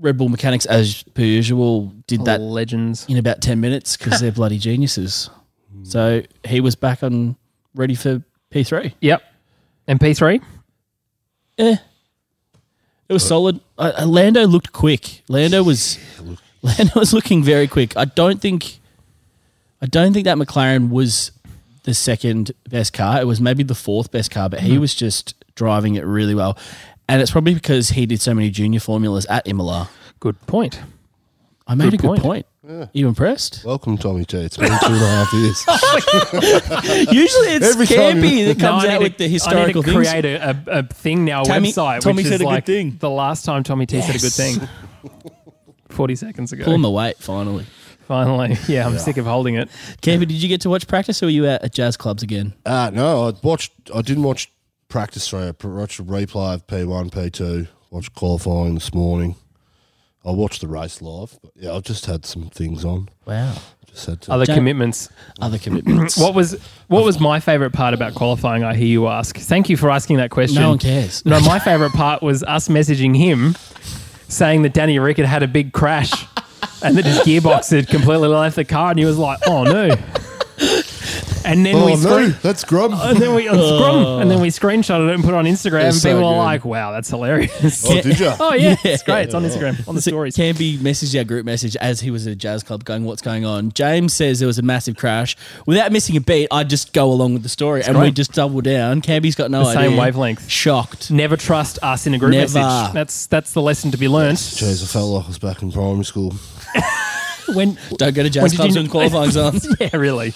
Speaker 3: Red Bull mechanics, as per usual, did that
Speaker 1: Oh. Legends.
Speaker 3: in about 10 minutes because they're bloody geniuses. So he was back on ready for P3.
Speaker 1: Yep. And P3?
Speaker 3: Eh. It was solid. Uh, uh, Lando looked quick. Lando was Lando was looking very quick. I don't think I don't think that McLaren was the second best car. It was maybe the fourth best car, but he was just driving it really well. And it's probably because he did so many junior formulas at Imola.
Speaker 1: Good point.
Speaker 3: I made
Speaker 1: Good
Speaker 3: a good
Speaker 1: point.
Speaker 3: point. You impressed?
Speaker 2: Welcome, Tommy T. It's been two and a half years.
Speaker 3: Usually it's
Speaker 2: Every time
Speaker 3: Campy
Speaker 2: you-
Speaker 3: that comes out with the historical
Speaker 1: I need to
Speaker 3: things.
Speaker 1: create a, a, a thing now, a
Speaker 3: Tommy-
Speaker 1: website,
Speaker 3: Tommy
Speaker 1: which
Speaker 3: said
Speaker 1: is
Speaker 3: a good
Speaker 1: like
Speaker 3: thing.
Speaker 1: the last time Tommy T said a good
Speaker 3: Yes.
Speaker 1: thing. 40 seconds ago.
Speaker 3: Pull him away, finally.
Speaker 1: Finally. Yeah, I'm sick of holding it.
Speaker 3: Campy, did you get to watch practice or were you out at jazz clubs again?
Speaker 2: Uh, no, I watched. I didn't watch practice three. I pr- watched a replay of P one, P two. Watched qualifying this morning. I watched the race live. But yeah, I just had some things on.
Speaker 3: Wow.
Speaker 2: Just had to.
Speaker 1: Other
Speaker 3: Don't-
Speaker 1: commitments.
Speaker 3: Other commitments.
Speaker 1: What was what was my favorite part about qualifying? I hear you ask. Thank you for asking that question.
Speaker 3: No one cares.
Speaker 1: No, my favorite part was us messaging him saying that Danny Rick had had a big crash and that his gearbox had completely left the car, and he was like, "Oh no!" And then we
Speaker 2: oh no,
Speaker 1: screen-
Speaker 2: that's grub.
Speaker 3: Oh,
Speaker 1: and then we scrum, and then we screenshotted it and put it on Instagram, and people
Speaker 2: It's so
Speaker 1: are
Speaker 2: good.
Speaker 1: like, "Wow, that's hilarious."
Speaker 2: oh, did you?
Speaker 1: Oh yeah, it's great. It's on Instagram on the
Speaker 3: So
Speaker 1: stories.
Speaker 3: Canby messaged our group message as he was at a jazz club going, What's going on? James says there was a massive crash. Without missing a beat, I just go along with the story and we
Speaker 1: great.
Speaker 3: just double down. Canby's got no
Speaker 1: The same
Speaker 3: idea.
Speaker 1: wavelength.
Speaker 3: Shocked.
Speaker 1: Never trust us in a group
Speaker 3: Never.
Speaker 1: message. That's that's the lesson to be learned.
Speaker 2: Jeez, I felt like I was back in primary school.
Speaker 1: When
Speaker 3: Don't go to
Speaker 1: When
Speaker 3: jazz
Speaker 1: did
Speaker 3: clubs
Speaker 1: you-
Speaker 3: when qualifying's on.
Speaker 1: yeah, really.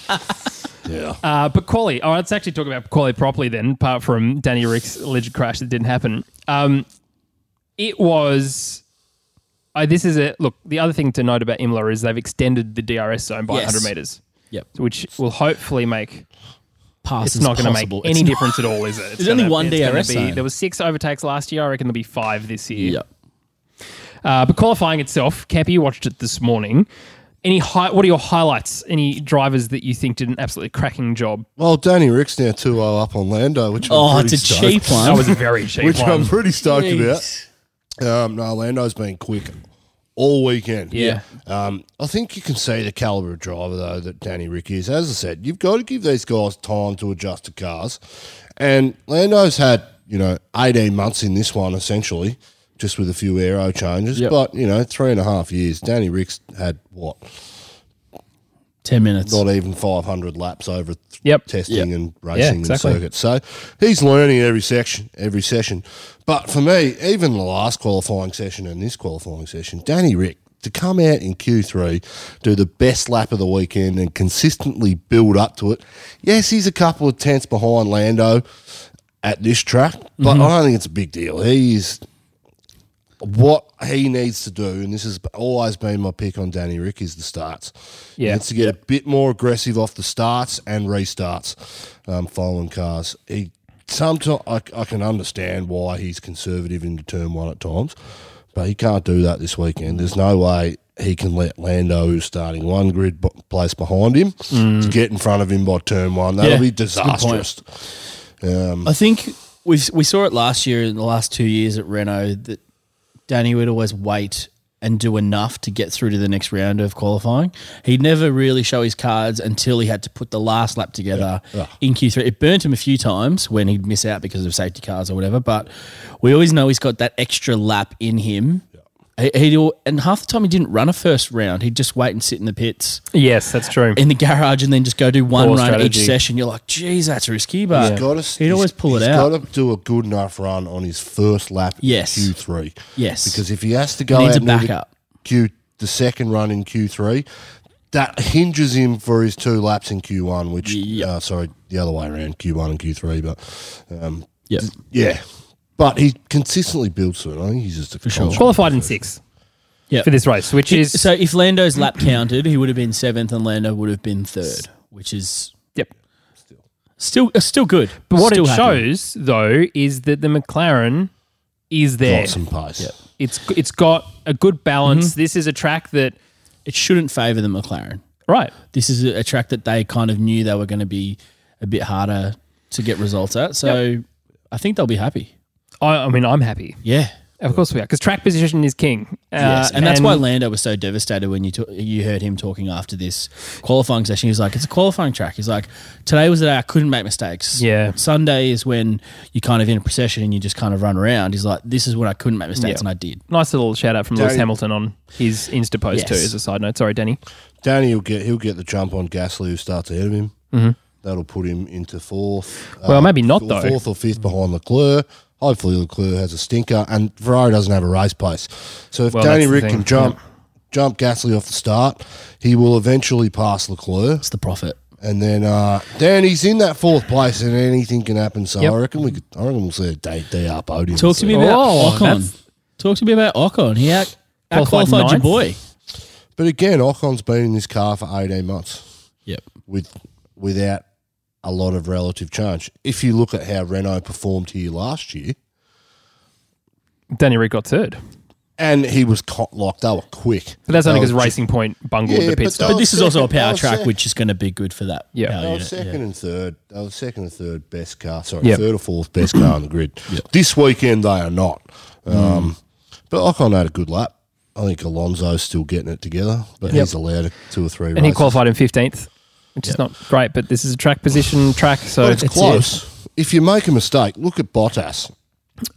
Speaker 2: Yeah.
Speaker 1: Uh, but quali, oh, let's actually talk about quali properly then, apart from Danny Rick's alleged crash that didn't happen. Um, it was. I this is a look. The other thing to note about Imla is they've extended the DRS zone by
Speaker 3: Yes.
Speaker 1: 100 meters,
Speaker 3: Yep.
Speaker 1: which will hopefully make
Speaker 3: Pass
Speaker 1: it's
Speaker 3: is
Speaker 1: not going to make
Speaker 3: possible.
Speaker 1: any
Speaker 3: It's not-
Speaker 1: difference at all, is it? It's
Speaker 3: There's only one
Speaker 1: it's gonna
Speaker 3: DRS
Speaker 1: be-
Speaker 3: zone.
Speaker 1: There was six overtakes last year. I reckon there'll be five this year.
Speaker 3: Yep.
Speaker 1: Uh, but qualifying itself, Campy, you watched it this morning. Any hi- What are your highlights? Any drivers that you think did an absolutely cracking job?
Speaker 2: Well, Danny Rick's now 2-0 up on Lando, which I'm
Speaker 3: Oh, it's
Speaker 2: pretty
Speaker 3: a
Speaker 2: stoked-
Speaker 3: cheap one.
Speaker 1: That was a very cheap
Speaker 2: which
Speaker 1: one.
Speaker 2: I'm pretty stoked
Speaker 3: Jeez.
Speaker 2: about. Um, no, Lando's been quick all weekend.
Speaker 1: Yeah.
Speaker 2: Um, I think you can see the caliber of driver though that Danny Rick is. As I said, you've got to give these guys time to adjust to cars, and Lando's had you know eighteen months in this one essentially, just with a few aero changes. But you know, three and a half years. Danny Rick's had what?
Speaker 3: 10 minutes.
Speaker 2: Not even five hundred laps over th-
Speaker 1: Yep.
Speaker 2: testing
Speaker 3: Yep.
Speaker 2: and racing
Speaker 1: exactly.
Speaker 2: and circuit. So he's learning every section, every session. But for me, even the last qualifying session and this qualifying session, Danny Rick to come out in Q3, do the best lap of the weekend, and consistently build up to it. Yes, he's a couple of tenths behind Lando at this track, but
Speaker 1: Mm-hmm.
Speaker 2: I don't think it's a big deal. He's what he needs to do, and this has always been my pick on Danny Rick, is the starts. He
Speaker 1: Yeah.
Speaker 2: needs to get a bit more aggressive off the starts and restarts, um, following cars. He sometimes I, I can understand why he's conservative into turn one at times, but he can't do that this weekend. There's no way he can let Lando, who's starting one grid b- place behind him, to get in front of him by turn one. That'll
Speaker 3: Mm. Yeah,
Speaker 2: be
Speaker 3: that's a good point.
Speaker 2: disastrous. Um,
Speaker 3: I think we we saw it last year in the last two years at Renault that Danny would always wait and do enough to get through to the next round of qualifying. He'd never really show his cards until he had to put the last lap together in Q3. It burnt him a few times when he'd miss out because of safety cars or whatever, but we always know he's got that extra lap in him. He, he'd al- and half the time he didn't run a first round. He'd just wait and sit in the pits
Speaker 1: Yes, that's true.
Speaker 3: in the garage and then just go do one
Speaker 1: Poor
Speaker 3: run
Speaker 1: strategy.
Speaker 3: each session. You're like, geez, that's risky, but
Speaker 2: He's got to,
Speaker 3: he'd always pull it out.
Speaker 2: He's got to do a good enough run on his first lap.
Speaker 3: Yes.
Speaker 2: Q three.
Speaker 3: Yes.
Speaker 2: because if he has to go out
Speaker 3: Needs a
Speaker 1: Oh,
Speaker 2: and do the-
Speaker 3: backup.
Speaker 2: Q the second run in Q three. That hinges him for his two laps in Q one, which uh, sorry, the other way around, Q one and Q three, but um,
Speaker 3: Yep.
Speaker 2: yeah. But he consistently builds to it. I think he's just a for
Speaker 1: Qualified in sixth
Speaker 3: Yeah.
Speaker 1: for this race, which is
Speaker 3: So if Lando's lap counted, he would have been seventh, and Lando would have been third, which is
Speaker 1: yep.
Speaker 3: still uh, still good.
Speaker 1: But what
Speaker 3: still
Speaker 1: it
Speaker 3: happy.
Speaker 1: shows though is that the McLaren is there.
Speaker 2: Got some pace.
Speaker 1: It's it's got a good balance.
Speaker 3: Mm-hmm.
Speaker 1: This is a track that
Speaker 3: it shouldn't favour the McLaren.
Speaker 1: right.
Speaker 3: This is a, a track that they kind of knew they were going to be a bit harder to get results at. So I think they'll be happy.
Speaker 1: I, I mean, I'm happy.
Speaker 3: Yeah.
Speaker 1: Of course we are, because track position is king. Uh,
Speaker 3: Yes, and that's why Lando was so devastated when you ta- you heard him talking after this qualifying session. He was like, "It's a qualifying track." He's like, "Today was the day I couldn't make mistakes."
Speaker 1: Yeah.
Speaker 3: Sunday is when you kind of in a procession and you just kind of run around. He's like, "This is when I couldn't make mistakes
Speaker 1: Yeah.
Speaker 3: and I did."
Speaker 1: nice little shout out from Lewis
Speaker 2: Danny-
Speaker 1: Hamilton on his Insta post
Speaker 3: Yes.
Speaker 1: too. As a side note, sorry, Danny.
Speaker 2: Danny will get he'll get the jump on Gasly who starts ahead of him. Mm-hmm. That'll put him into fourth.
Speaker 1: Well, maybe not,
Speaker 2: fourth,
Speaker 1: though.
Speaker 2: Fourth or fifth behind Leclerc. Hopefully Leclerc has a stinker, and Ferrari doesn't have a race pace. So if
Speaker 1: Well,
Speaker 2: Danny
Speaker 1: that's the
Speaker 2: Rick
Speaker 1: thing,
Speaker 2: can jump jump Gasly off the start, he will eventually pass Leclerc,
Speaker 3: It's the profit.
Speaker 2: and then uh, then he's in that fourth place, and anything can happen. So
Speaker 1: Yep.
Speaker 2: I reckon we could, I reckon we'll see a day DR podium.
Speaker 3: Talk to me about
Speaker 1: Oh, that's-
Speaker 3: Ocon. Talk to me about Ocon. He out, out
Speaker 1: Qualified
Speaker 3: qualified your
Speaker 1: ninth.
Speaker 3: boy.
Speaker 2: But again, Ocon's been in this car for eighteen months.
Speaker 3: Yep.
Speaker 2: with without a lot of relative change. If you look at how Renault performed here last year,
Speaker 1: Danny Rick got third,
Speaker 2: and he was co- like they were quick.
Speaker 1: but that's only
Speaker 2: They
Speaker 1: because
Speaker 2: were
Speaker 1: Racing Point bungled
Speaker 2: Oh, Yeah,
Speaker 1: the
Speaker 2: but
Speaker 1: pit stop.
Speaker 2: that
Speaker 3: But this is
Speaker 2: second,
Speaker 3: also a
Speaker 2: I
Speaker 3: power
Speaker 2: was
Speaker 3: track,
Speaker 2: sec-
Speaker 3: which is going to be good for that.
Speaker 1: Yeah.
Speaker 3: power
Speaker 2: They were
Speaker 3: unit.
Speaker 2: second and third. They were second and third best car. Sorry,
Speaker 1: Yep.
Speaker 2: third or fourth best car on the grid. This weekend they are not. Um, But Ocon had a good lap. I think Alonso's still getting it together, but he's allowed two or three.
Speaker 1: and he
Speaker 2: races.
Speaker 1: qualified in fifteenth, which is not great. But this is a track position track, so
Speaker 2: But it's close. If you make a mistake, look at Bottas.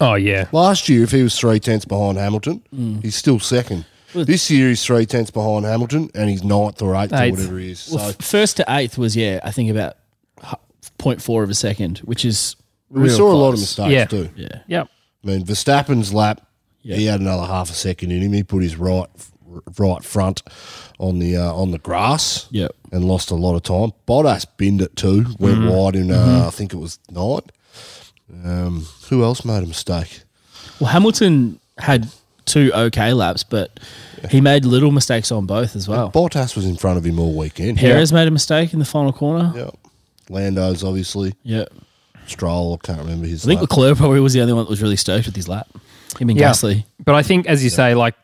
Speaker 1: oh yeah,
Speaker 2: Last year, if he was three tenths behind Hamilton,
Speaker 3: Mm.
Speaker 2: he's still second. This year, he's three tenths behind Hamilton, and he's ninth or eighth,
Speaker 1: Eighth.
Speaker 2: or whatever he is.
Speaker 3: Well,
Speaker 2: so
Speaker 3: f- first to eighth was yeah, I think about h- 0.4 of a second, which is
Speaker 2: we
Speaker 3: real
Speaker 2: saw a lot of
Speaker 3: close.
Speaker 2: mistakes
Speaker 1: Yeah.
Speaker 2: too.
Speaker 3: Yeah.
Speaker 1: yep.
Speaker 2: I mean, Verstappen's lap, he had another half a second in him. He put his right r- right front on the uh, on the grass,
Speaker 3: Yep.
Speaker 2: and lost a lot of time. Bottas binned it too, went
Speaker 3: Mm-hmm.
Speaker 2: wide in uh, I think it was nine. Um, who else made a mistake?
Speaker 3: Well, Hamilton had two okay laps, but he made little mistakes on both as well.
Speaker 2: Bottas was in front of him all weekend.
Speaker 3: Perez made a mistake in the final corner.
Speaker 2: Yeah. Lando's obviously
Speaker 3: Yeah.
Speaker 2: Stroll. I can't remember his.
Speaker 3: I think
Speaker 2: lap.
Speaker 3: Leclerc probably was the only one that was really stoked with his lap. Him and
Speaker 1: Yeah.
Speaker 3: Gasly.
Speaker 1: But I think, as you say, like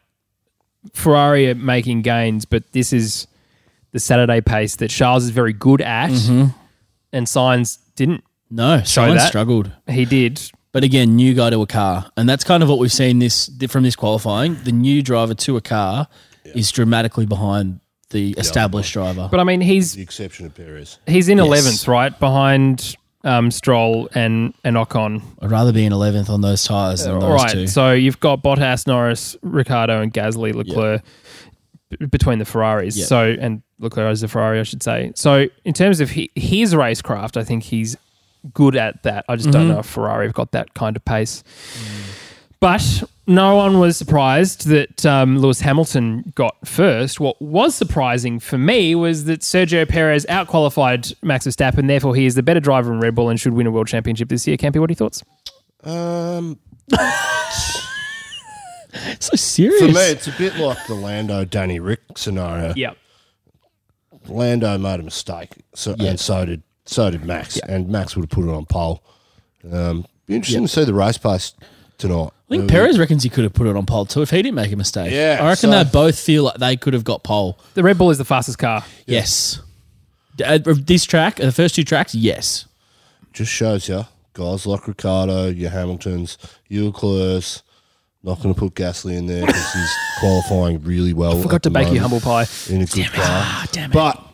Speaker 1: Ferrari are making gains, but this is the Saturday pace that Charles is very good at,
Speaker 2: Mm-hmm.
Speaker 1: and Signs didn't.
Speaker 3: No, Sainz
Speaker 1: that.
Speaker 3: struggled.
Speaker 1: He did.
Speaker 3: But again, new guy to a car, and that's kind of what we've seen this from this qualifying. The new driver to a car is dramatically behind the established driver.
Speaker 1: But I mean, he's
Speaker 2: the exception of Perez.
Speaker 1: he's in eleventh, right behind um, Stroll and and Ocon.
Speaker 3: I'd rather be in eleventh on those tires than
Speaker 1: All
Speaker 3: those
Speaker 1: right,
Speaker 3: two.
Speaker 1: so you've got Bottas, Norris, Ricardo, and Gasly, Leclerc b- between the Ferraris.
Speaker 3: Yeah.
Speaker 1: So and Leclerc is a Ferrari, I should say. So in terms of he, his racecraft, I think he's good at that. I just don't know if Ferrari have got that kind of pace. But no one was surprised that um, Lewis Hamilton got first. What was surprising for me was that Sergio Perez outqualified Max Verstappen. Therefore, he is the better driver in Red Bull and should win a world championship this year. Campy, what are your thoughts?
Speaker 2: Um,
Speaker 3: so serious.
Speaker 2: for me, it's a bit like the Lando Danny Rick scenario.
Speaker 1: Yeah.
Speaker 2: Lando made a mistake, so and so did so did Max, and Max would have put it on pole. Um, be interesting to see the race pace tonight.
Speaker 3: I think Perez reckons he could have put it on pole too if he didn't make a mistake.
Speaker 2: Yeah,
Speaker 3: I reckon
Speaker 2: so-
Speaker 3: they both feel like they could have got pole.
Speaker 1: The Red Bull is the fastest car.
Speaker 3: Yes. D- uh, This track, the first two tracks, yes.
Speaker 2: Just shows you guys like Ricardo, your Hamiltons, your Leclerc's. Not going to put Gasly in there because he's qualifying really well. I
Speaker 1: Forgot to bake you humble pie.
Speaker 2: in a good
Speaker 1: Ah,
Speaker 2: car. But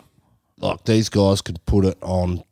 Speaker 2: like these guys could put it on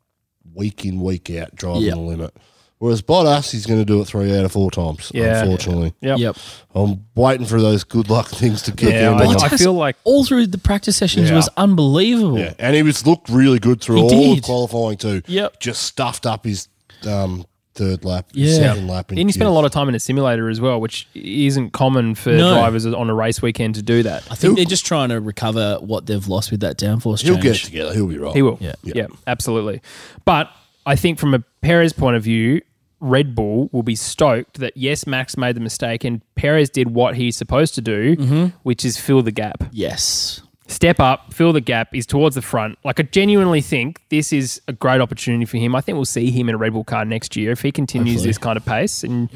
Speaker 2: week in, week out, driving
Speaker 3: Yep.
Speaker 2: the limit. Whereas Bottas, he's going to do it three out of four times.
Speaker 1: Yeah.
Speaker 2: Unfortunately,
Speaker 1: Yep.
Speaker 3: Yep.
Speaker 2: I'm waiting for those good luck things to kick
Speaker 1: Yeah,
Speaker 2: in.
Speaker 1: I,
Speaker 2: but-
Speaker 1: I feel like
Speaker 3: All through the practice sessions
Speaker 2: Yeah.
Speaker 3: was unbelievable.
Speaker 2: yeah, and he was looked really good through
Speaker 3: He
Speaker 2: all
Speaker 3: did.
Speaker 2: of qualifying too.
Speaker 3: Yep.
Speaker 2: just stuffed up his um, third lap,
Speaker 3: Yeah.
Speaker 2: second lap.
Speaker 1: And you spend a lot of time in a simulator as well, which isn't common for
Speaker 3: No.
Speaker 1: drivers on a race weekend to do that.
Speaker 3: I think they're just trying to recover what they've lost with that downforce
Speaker 2: He'll
Speaker 3: change.
Speaker 2: get it together. He'll be right.
Speaker 1: He will.
Speaker 3: Yeah.
Speaker 1: Yeah. absolutely. But I think from a Perez point of view, Red Bull will be stoked that yes, Max made the mistake and Perez did what he's supposed to do, which is fill the gap.
Speaker 3: yes.
Speaker 1: Step up, fill the gap, is towards the front. Like I genuinely think this is a great opportunity for him. I think we'll see him in a Red Bull car next year if he continues
Speaker 3: Hopefully.
Speaker 1: this kind of pace and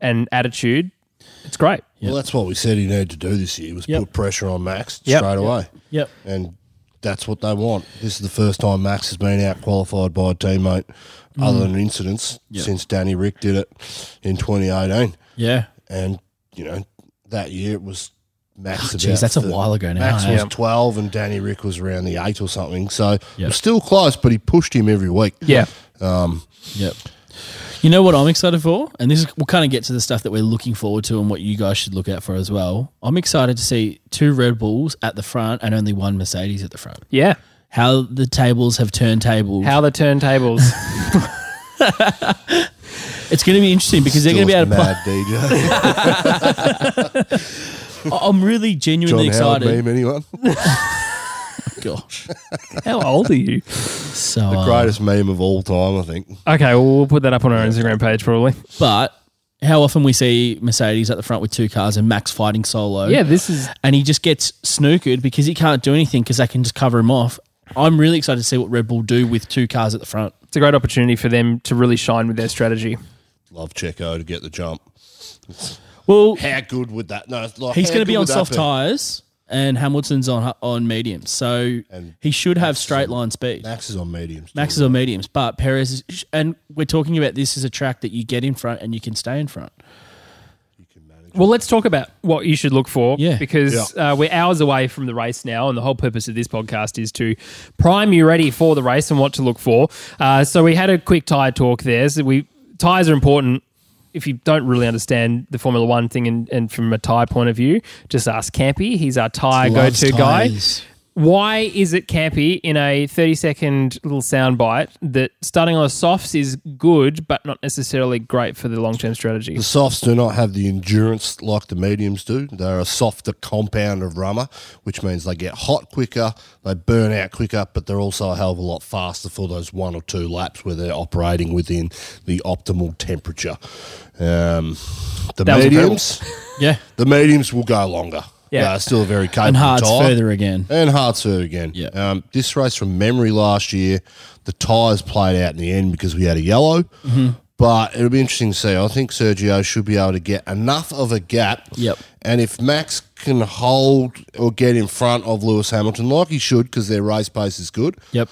Speaker 1: and attitude. It's great.
Speaker 2: Well, that's what we said he needed to do this year was
Speaker 3: Yep.
Speaker 2: put pressure on Max
Speaker 1: Yep.
Speaker 2: straight away.
Speaker 3: Yep.
Speaker 2: And that's what they want. This is the first time Max has been out qualified by a teammate other than incidents since Danny Rick did it in 2018.
Speaker 3: Yeah.
Speaker 2: And, you know, that year it was Max.
Speaker 3: Jeez,
Speaker 2: about
Speaker 3: Oh, that's a
Speaker 2: thir-
Speaker 3: while ago now.
Speaker 2: Max
Speaker 3: eh?
Speaker 2: was 12 and Danny Rick was around the 8 or something. So it
Speaker 3: Yep.
Speaker 2: was still close, but he pushed him every week.
Speaker 1: Yeah.
Speaker 3: Yep. You know what I'm excited for? And this is, we'll kind of get to the stuff that we're looking forward to and what you guys should look out for as well. I'm excited to see two Red Bulls at the front and only one Mercedes at the front.
Speaker 1: Yeah.
Speaker 3: How the tables have turned tables.
Speaker 1: How the turntables.
Speaker 3: it's going to be interesting because they're going to
Speaker 2: Still
Speaker 3: be able to.
Speaker 2: mad DJ.
Speaker 3: I- I'm really
Speaker 2: John
Speaker 3: genuinely
Speaker 2: Howard
Speaker 3: excited. Oh.
Speaker 2: meme, anyone?
Speaker 3: Gosh.
Speaker 1: How old are you?
Speaker 3: So, uh,
Speaker 2: Greatest meme of all time, I think.
Speaker 1: Okay, well, we'll put that up on our Instagram page probably.
Speaker 3: but how often we see Mercedes at the front with two cars and Max fighting solo.
Speaker 1: Yeah, this is
Speaker 3: and he just gets snookered because he can't do anything because they can just cover him off. I'm really excited to see what Red Bull do with two cars at the front.
Speaker 1: it's a great opportunity for them to really shine with their strategy.
Speaker 2: Love Checo to get the jump.
Speaker 3: Well,
Speaker 2: How good would that? No, it's like,
Speaker 3: he's
Speaker 2: how
Speaker 3: going to
Speaker 2: good
Speaker 3: be on
Speaker 2: would that
Speaker 3: soft tires, and Hamilton's on on mediums, so he should have straight line speed.
Speaker 2: Max is on mediums.
Speaker 3: Max is on mediums, but Perez is, and we're talking about this is a track that you get in front and you can stay in front.
Speaker 1: Well, let's talk about what you should look for.
Speaker 3: Yeah.
Speaker 1: Because Uh, we're hours away from the race now, and the whole purpose of this podcast is to prime you ready for the race and what to look for. Uh, so we had a quick tyre talk there. So we tyres are important. If you don't really understand the Formula One thing and, and from a tyre point of view, just ask Campy. He's our tyre go
Speaker 3: Loves
Speaker 1: to guy.
Speaker 3: tyres.
Speaker 1: Why is it campy in a 30 second little soundbite that starting on the softs is good, but not necessarily great for the long term strategy?
Speaker 2: The softs do not have the endurance like the mediums do. They're a softer compound of rummer, which means they get hot quicker, they burn out quicker, but they're also a hell of a lot faster for those one or two laps where they're operating within the optimal temperature. Um, the
Speaker 1: That was
Speaker 2: mediums,
Speaker 3: Yeah,
Speaker 2: the mediums will go longer.
Speaker 1: Yeah.
Speaker 2: They're still a very capable
Speaker 3: and hard's
Speaker 2: tyre.
Speaker 3: further again.
Speaker 2: And Hartsford again.
Speaker 3: Yeah.
Speaker 2: Um, this race from memory last year, the tyres played out in the end because we had a yellow.
Speaker 3: Mm-hmm.
Speaker 2: But it'll be interesting to see. I think Sergio should be able to get enough of a gap.
Speaker 3: Yep.
Speaker 2: And if Max can hold or get in front of Lewis Hamilton like he should because their race pace is good,
Speaker 3: Yep.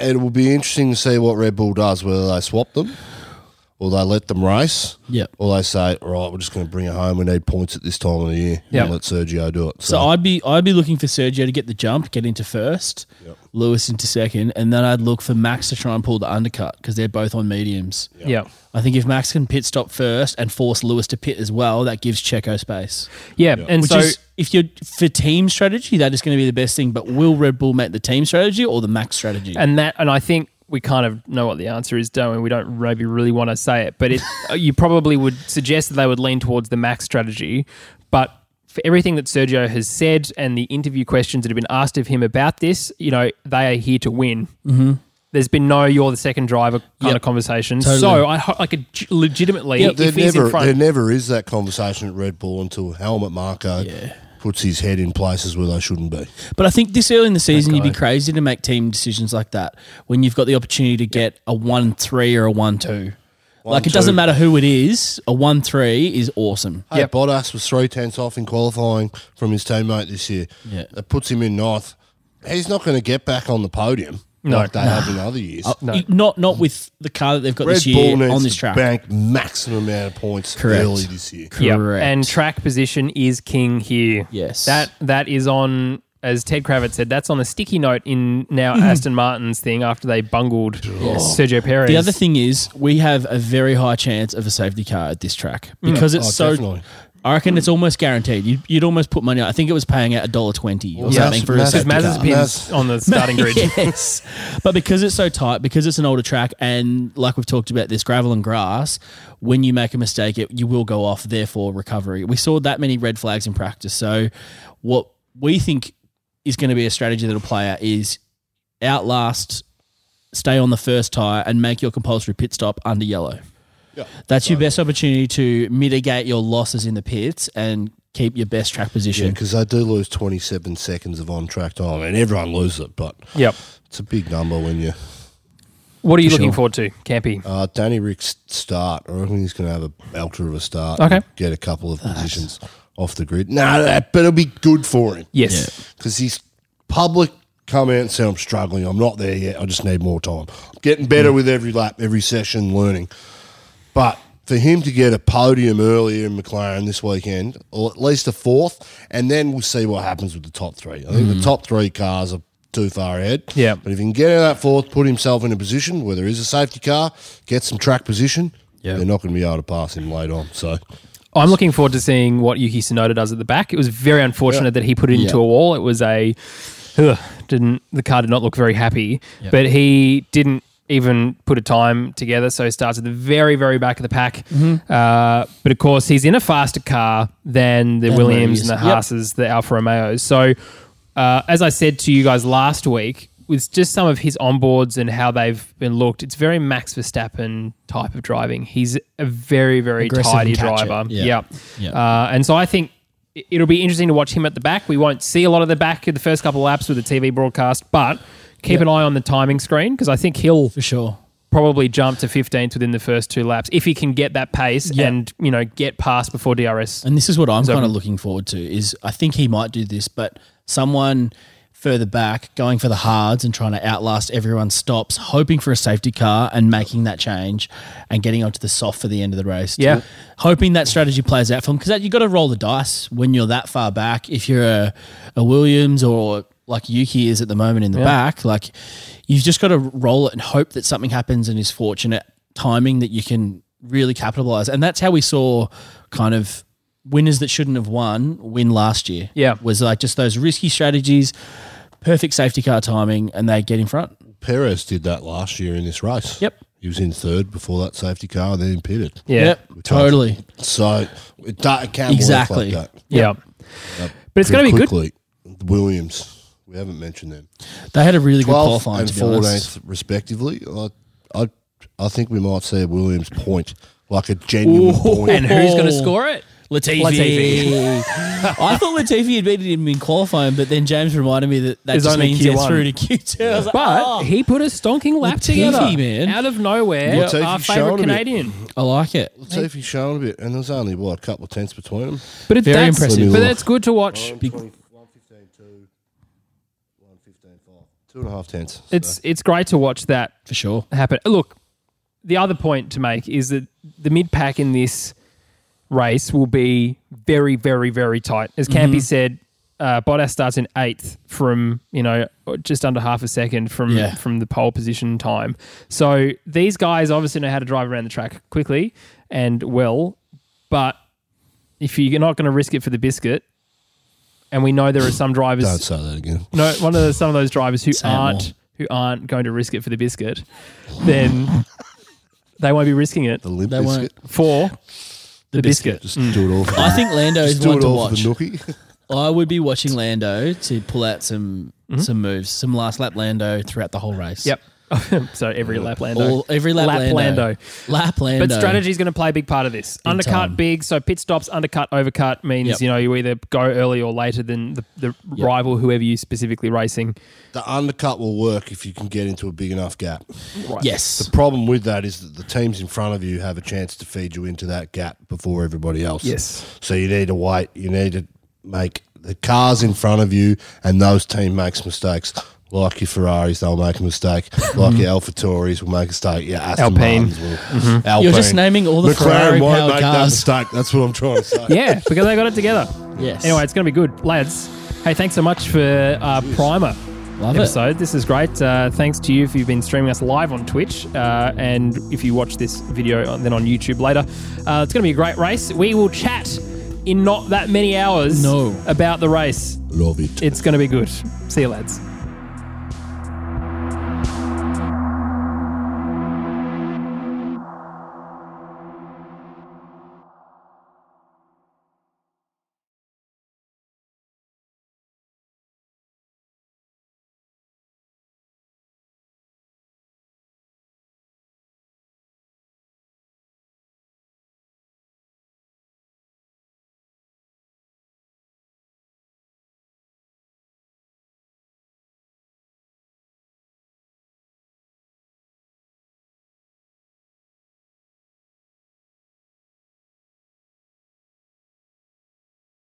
Speaker 2: it will be interesting to see what Red Bull does, whether they swap them or they let them race.
Speaker 3: Yep.
Speaker 2: Or they say, all right, we're just going to bring it home. We need points at this time of the year. Yeah.
Speaker 1: Yep.
Speaker 2: Let Sergio do it.
Speaker 3: So I'd be I'd be looking for Sergio to get the jump, get into first, Lewis into second, and then I'd look for Max to try and pull the undercut because they're both on mediums.
Speaker 1: Yeah.
Speaker 3: I think if Max can pit stop first and force Lewis to pit as well, that gives Checo space.
Speaker 1: Yeah. And
Speaker 3: Which
Speaker 1: so
Speaker 3: is if you're for team strategy, that is going to be the best thing. But will Red Bull make the team strategy or the Max strategy?
Speaker 1: and that and I think we kind of know what the answer is, don't we? We don't maybe really want to say it, but it you probably would suggest that they would lean towards the max strategy, but for everything that Sergio has said and the interview questions that have been asked of him about this, you know, they are here to win. Mm-hmm. There's been no "you're the second driver" kind
Speaker 3: Yep.
Speaker 1: of conversation.
Speaker 3: Totally.
Speaker 1: So I ho- like leg- legitimately,
Speaker 2: there
Speaker 1: if he's
Speaker 2: never
Speaker 1: in front,
Speaker 2: there never is that conversation at Red Bull until Helmut Marco puts his head in places where they shouldn't be.
Speaker 3: But I think this early in the season, you'd be crazy to make team decisions like that when you've got the opportunity to get a one three or a one two. like it
Speaker 2: two.
Speaker 3: doesn't matter who it is, a one three is awesome.
Speaker 2: Hey,
Speaker 1: Yep.
Speaker 2: Bottas was three tenths off in qualifying from his teammate this year.
Speaker 3: Yeah.
Speaker 2: That puts him in ninth. He's not going to get back on the podium like they have in other years.
Speaker 3: You- Not not with the car that they've got
Speaker 2: Uh, Red
Speaker 3: this
Speaker 2: Bull
Speaker 3: year
Speaker 2: needs
Speaker 3: on this
Speaker 2: to
Speaker 3: track.
Speaker 2: bank maximum amount of points
Speaker 3: Correct.
Speaker 2: early this year.
Speaker 1: yeah,
Speaker 3: Correct.
Speaker 1: and track position is king here.
Speaker 3: Yes.
Speaker 1: that that is on. As Ted Kravitz said, that's on a sticky note in now
Speaker 3: Mm-hmm.
Speaker 1: Aston Martin's thing after they bungled Sergio Perez.
Speaker 3: The other thing is we have a very high chance of a safety car at this track because it's so
Speaker 2: Mm. Oh, definitely.
Speaker 3: I reckon it's almost guaranteed. You'd, you'd almost put money. on I think it was paying out a dollar twenty or
Speaker 2: Yeah.
Speaker 3: something for a
Speaker 2: Maz-
Speaker 3: safety
Speaker 1: Maz's
Speaker 3: car.
Speaker 1: pins on the starting grid.
Speaker 3: yes, but because it's so tight, because it's an older track, and like we've talked about this gravel and grass, when you make a mistake, it, you will go off. Therefore, recovery. We saw that many red flags in practice. So, what we think is going to be a strategy that'll play out is outlast, stay on the first tire, and make your compulsory pit stop under yellow.
Speaker 2: Yeah.
Speaker 3: That's your best opportunity to mitigate your losses in the pits and keep your best track position.
Speaker 2: Because they do lose 27 seconds of on track time, and everyone loses it, but
Speaker 1: Yep.
Speaker 2: it's a big number when you.
Speaker 1: What are you looking
Speaker 3: sure.
Speaker 1: forward to, Campy?
Speaker 2: Uh, Danny Rick's start, I reckon he's going to have a belter of a start.
Speaker 1: Okay.
Speaker 2: and Get a couple of
Speaker 3: Ah,
Speaker 2: positions off the grid. No, that, but it'll be good for him.
Speaker 1: Yes.
Speaker 2: Because he's public come out and say, I'm struggling. I'm not there yet. I just need more time. I'm getting better
Speaker 3: Mm.
Speaker 2: with every lap, every session, learning. But for him to get a podium earlier in McLaren this weekend, or at least a fourth, and then we'll see what happens with the top three. I think the top three cars are too far ahead.
Speaker 1: Mm. Yeah.
Speaker 2: But if he can get out of that fourth, put himself in a position where there is a safety car, get some track position,
Speaker 3: Yeah.
Speaker 2: they're not going to be able to pass him late on. So
Speaker 1: I'm looking forward to seeing what Yuki Tsunoda does at the back. It was very unfortunate
Speaker 2: Yeah.
Speaker 1: that he put it into
Speaker 3: Yeah.
Speaker 1: a wall. It was a ugh, didn't the car did not look very happy, but he didn't even put a time together. So he starts at the very very back of the pack.
Speaker 3: Mm-hmm.
Speaker 1: Uh, but of course, he's in a faster car than the
Speaker 3: Than
Speaker 1: Williams and the
Speaker 3: Williams. Yep.
Speaker 1: Haas's, the Alfa Romeos. So uh, as I said to you guys last week. With just some of his onboards and how they've been looked, it's very Max Verstappen type of driving. He's a very, very
Speaker 3: Aggressive
Speaker 1: tidy
Speaker 3: and catch it.
Speaker 1: driver.
Speaker 3: Yeah.
Speaker 1: yeah.
Speaker 3: Yeah.
Speaker 1: Uh, and so I think i- it'll be interesting to watch him at the back. We won't see a lot of the back in the first couple of laps with the TV broadcast, but keep an eye on the timing screen because I think he'll
Speaker 3: for sure.
Speaker 1: probably jump to 15th within the first two laps if he can get that pace
Speaker 3: Yeah.
Speaker 1: and you know get past before DRS.
Speaker 3: And this is what I'm
Speaker 1: that
Speaker 3: kind of
Speaker 1: right?
Speaker 3: looking forward to is I think he might do this, but someone further back going for the hards and trying to outlast everyone stops, hoping for a safety car and making that change and getting onto the soft for the end of the race.
Speaker 1: Yeah.
Speaker 3: Hoping that strategy plays out for him because you've got to roll the dice when you're that far back. If you're a, a Williams or like Yuki is at the moment in the back, like you've just got to roll it and hope that something happens and is fortunate timing that you can really capitalize. And that's how we saw kind of winners that shouldn't have won win last year.
Speaker 1: Yeah.
Speaker 3: Was like just those risky strategies, perfect safety car timing, and they get in front.
Speaker 2: Perez did that last year in this race.
Speaker 3: Yep.
Speaker 2: He was in third before that safety car, then pitted.
Speaker 1: Yeah.
Speaker 3: Totally.
Speaker 2: So it, do- it can
Speaker 3: Exactly.
Speaker 2: work like that.
Speaker 1: Yeah. But it's going to be good.
Speaker 2: quickly. The Williams, we haven't mentioned them.
Speaker 3: They had a really good
Speaker 2: 12th
Speaker 3: qualifying
Speaker 2: and
Speaker 3: to be honest.
Speaker 2: 14th, respectively. I, I, I think we might see a Williams point, like a genuine point.
Speaker 1: And who's going to
Speaker 3: Oh.
Speaker 1: score it?
Speaker 3: Latifi.
Speaker 1: Latifi.
Speaker 3: I thought Latifi had beaten him in qualifying, but then James reminded me that that
Speaker 1: It's
Speaker 3: just
Speaker 1: only
Speaker 3: means they're
Speaker 1: Q1.
Speaker 3: through to Q2. I was like,
Speaker 1: But
Speaker 3: "Oh."
Speaker 1: he put a stonking lap
Speaker 3: Latifi,
Speaker 1: together
Speaker 3: man.
Speaker 1: out of nowhere.
Speaker 2: Latifi
Speaker 1: our
Speaker 2: showed
Speaker 1: favourite
Speaker 2: a bit.
Speaker 1: Canadian.
Speaker 3: I like it.
Speaker 2: Let's see if he's shown a bit. And there's only, what, a couple of tenths between them?
Speaker 1: But it's
Speaker 3: Very
Speaker 1: that's,
Speaker 3: impressive.
Speaker 1: But that's good to watch.
Speaker 3: Big-
Speaker 2: 115, 2, 115, 5. Two and a half tenths. So
Speaker 1: It's it's great to watch that
Speaker 3: For sure.
Speaker 1: happen. Look, the other point to make is that the mid pack in this race will be very, very, very tight. As Campy said, uh, Bottas starts in eighth from you know just under half a second from
Speaker 3: Yeah.
Speaker 1: from the pole position time. So these guys obviously know how to drive around the track quickly and well, but if you're not going to risk it for the biscuit, and we know there are some drivers
Speaker 2: don't say that again.
Speaker 1: no one of the, some of those drivers who
Speaker 3: Sam
Speaker 1: aren't
Speaker 3: Moore.
Speaker 1: who aren't going to risk it for the biscuit, then they won't be risking it
Speaker 2: The limp
Speaker 3: They won't.
Speaker 2: biscuit.
Speaker 1: for the, biscuit.
Speaker 2: Just do it all for
Speaker 3: I think Lando is
Speaker 2: Just do
Speaker 3: one
Speaker 2: it
Speaker 3: to
Speaker 2: all for
Speaker 3: watch.
Speaker 2: the nookie.
Speaker 3: I would be watching Lando to pull out some some moves, some last lap Lando throughout the whole race.
Speaker 1: Mm-hmm. Yep. so every lap Lando.
Speaker 3: All, every lap,
Speaker 1: Lap
Speaker 3: Lando.
Speaker 1: Lando.
Speaker 3: Lap Lando.
Speaker 1: But strategy is going to play a big part of this. undercut
Speaker 3: time.
Speaker 1: big, so pit stops, undercut, overcut means
Speaker 3: Yep.
Speaker 1: you know you either go early or later than the, the rival, whoever you specifically racing.
Speaker 2: the undercut will work if you can get into a big enough gap.
Speaker 1: Right.
Speaker 3: Yes.
Speaker 2: Problem with that is that the teams in front of you have a chance to feed you into that gap before everybody else.
Speaker 1: Yes.
Speaker 2: So you need to wait. You need to make the cars in front of you, and those team makes mistakes. Like your Ferraris, they'll make a mistake.
Speaker 3: Mm-hmm.
Speaker 2: Like your Alfa Tauris will make a mistake. Yeah, Aston
Speaker 1: Alpine.
Speaker 2: Martins will. Alpine.
Speaker 3: Mm-hmm. You're just naming all the
Speaker 2: McLaren won't
Speaker 3: Ferrari-powered
Speaker 2: make that
Speaker 3: cars.
Speaker 2: mistake. That's what I'm trying to say.
Speaker 1: Yeah, because they got it together.
Speaker 3: Yes.
Speaker 1: Anyway, it's going to be good, lads. Hey, thanks so much for uh, Primer.
Speaker 3: Love it.
Speaker 1: episode. This is great. Uh, thanks to you if you've been streaming us live on Twitch uh, and if you watch this video on- then on YouTube later. Uh, it's going to be a great race. We will chat in not that many hours
Speaker 3: No.
Speaker 1: about the race.
Speaker 2: Love it.
Speaker 1: It's going to be good. See you, lads.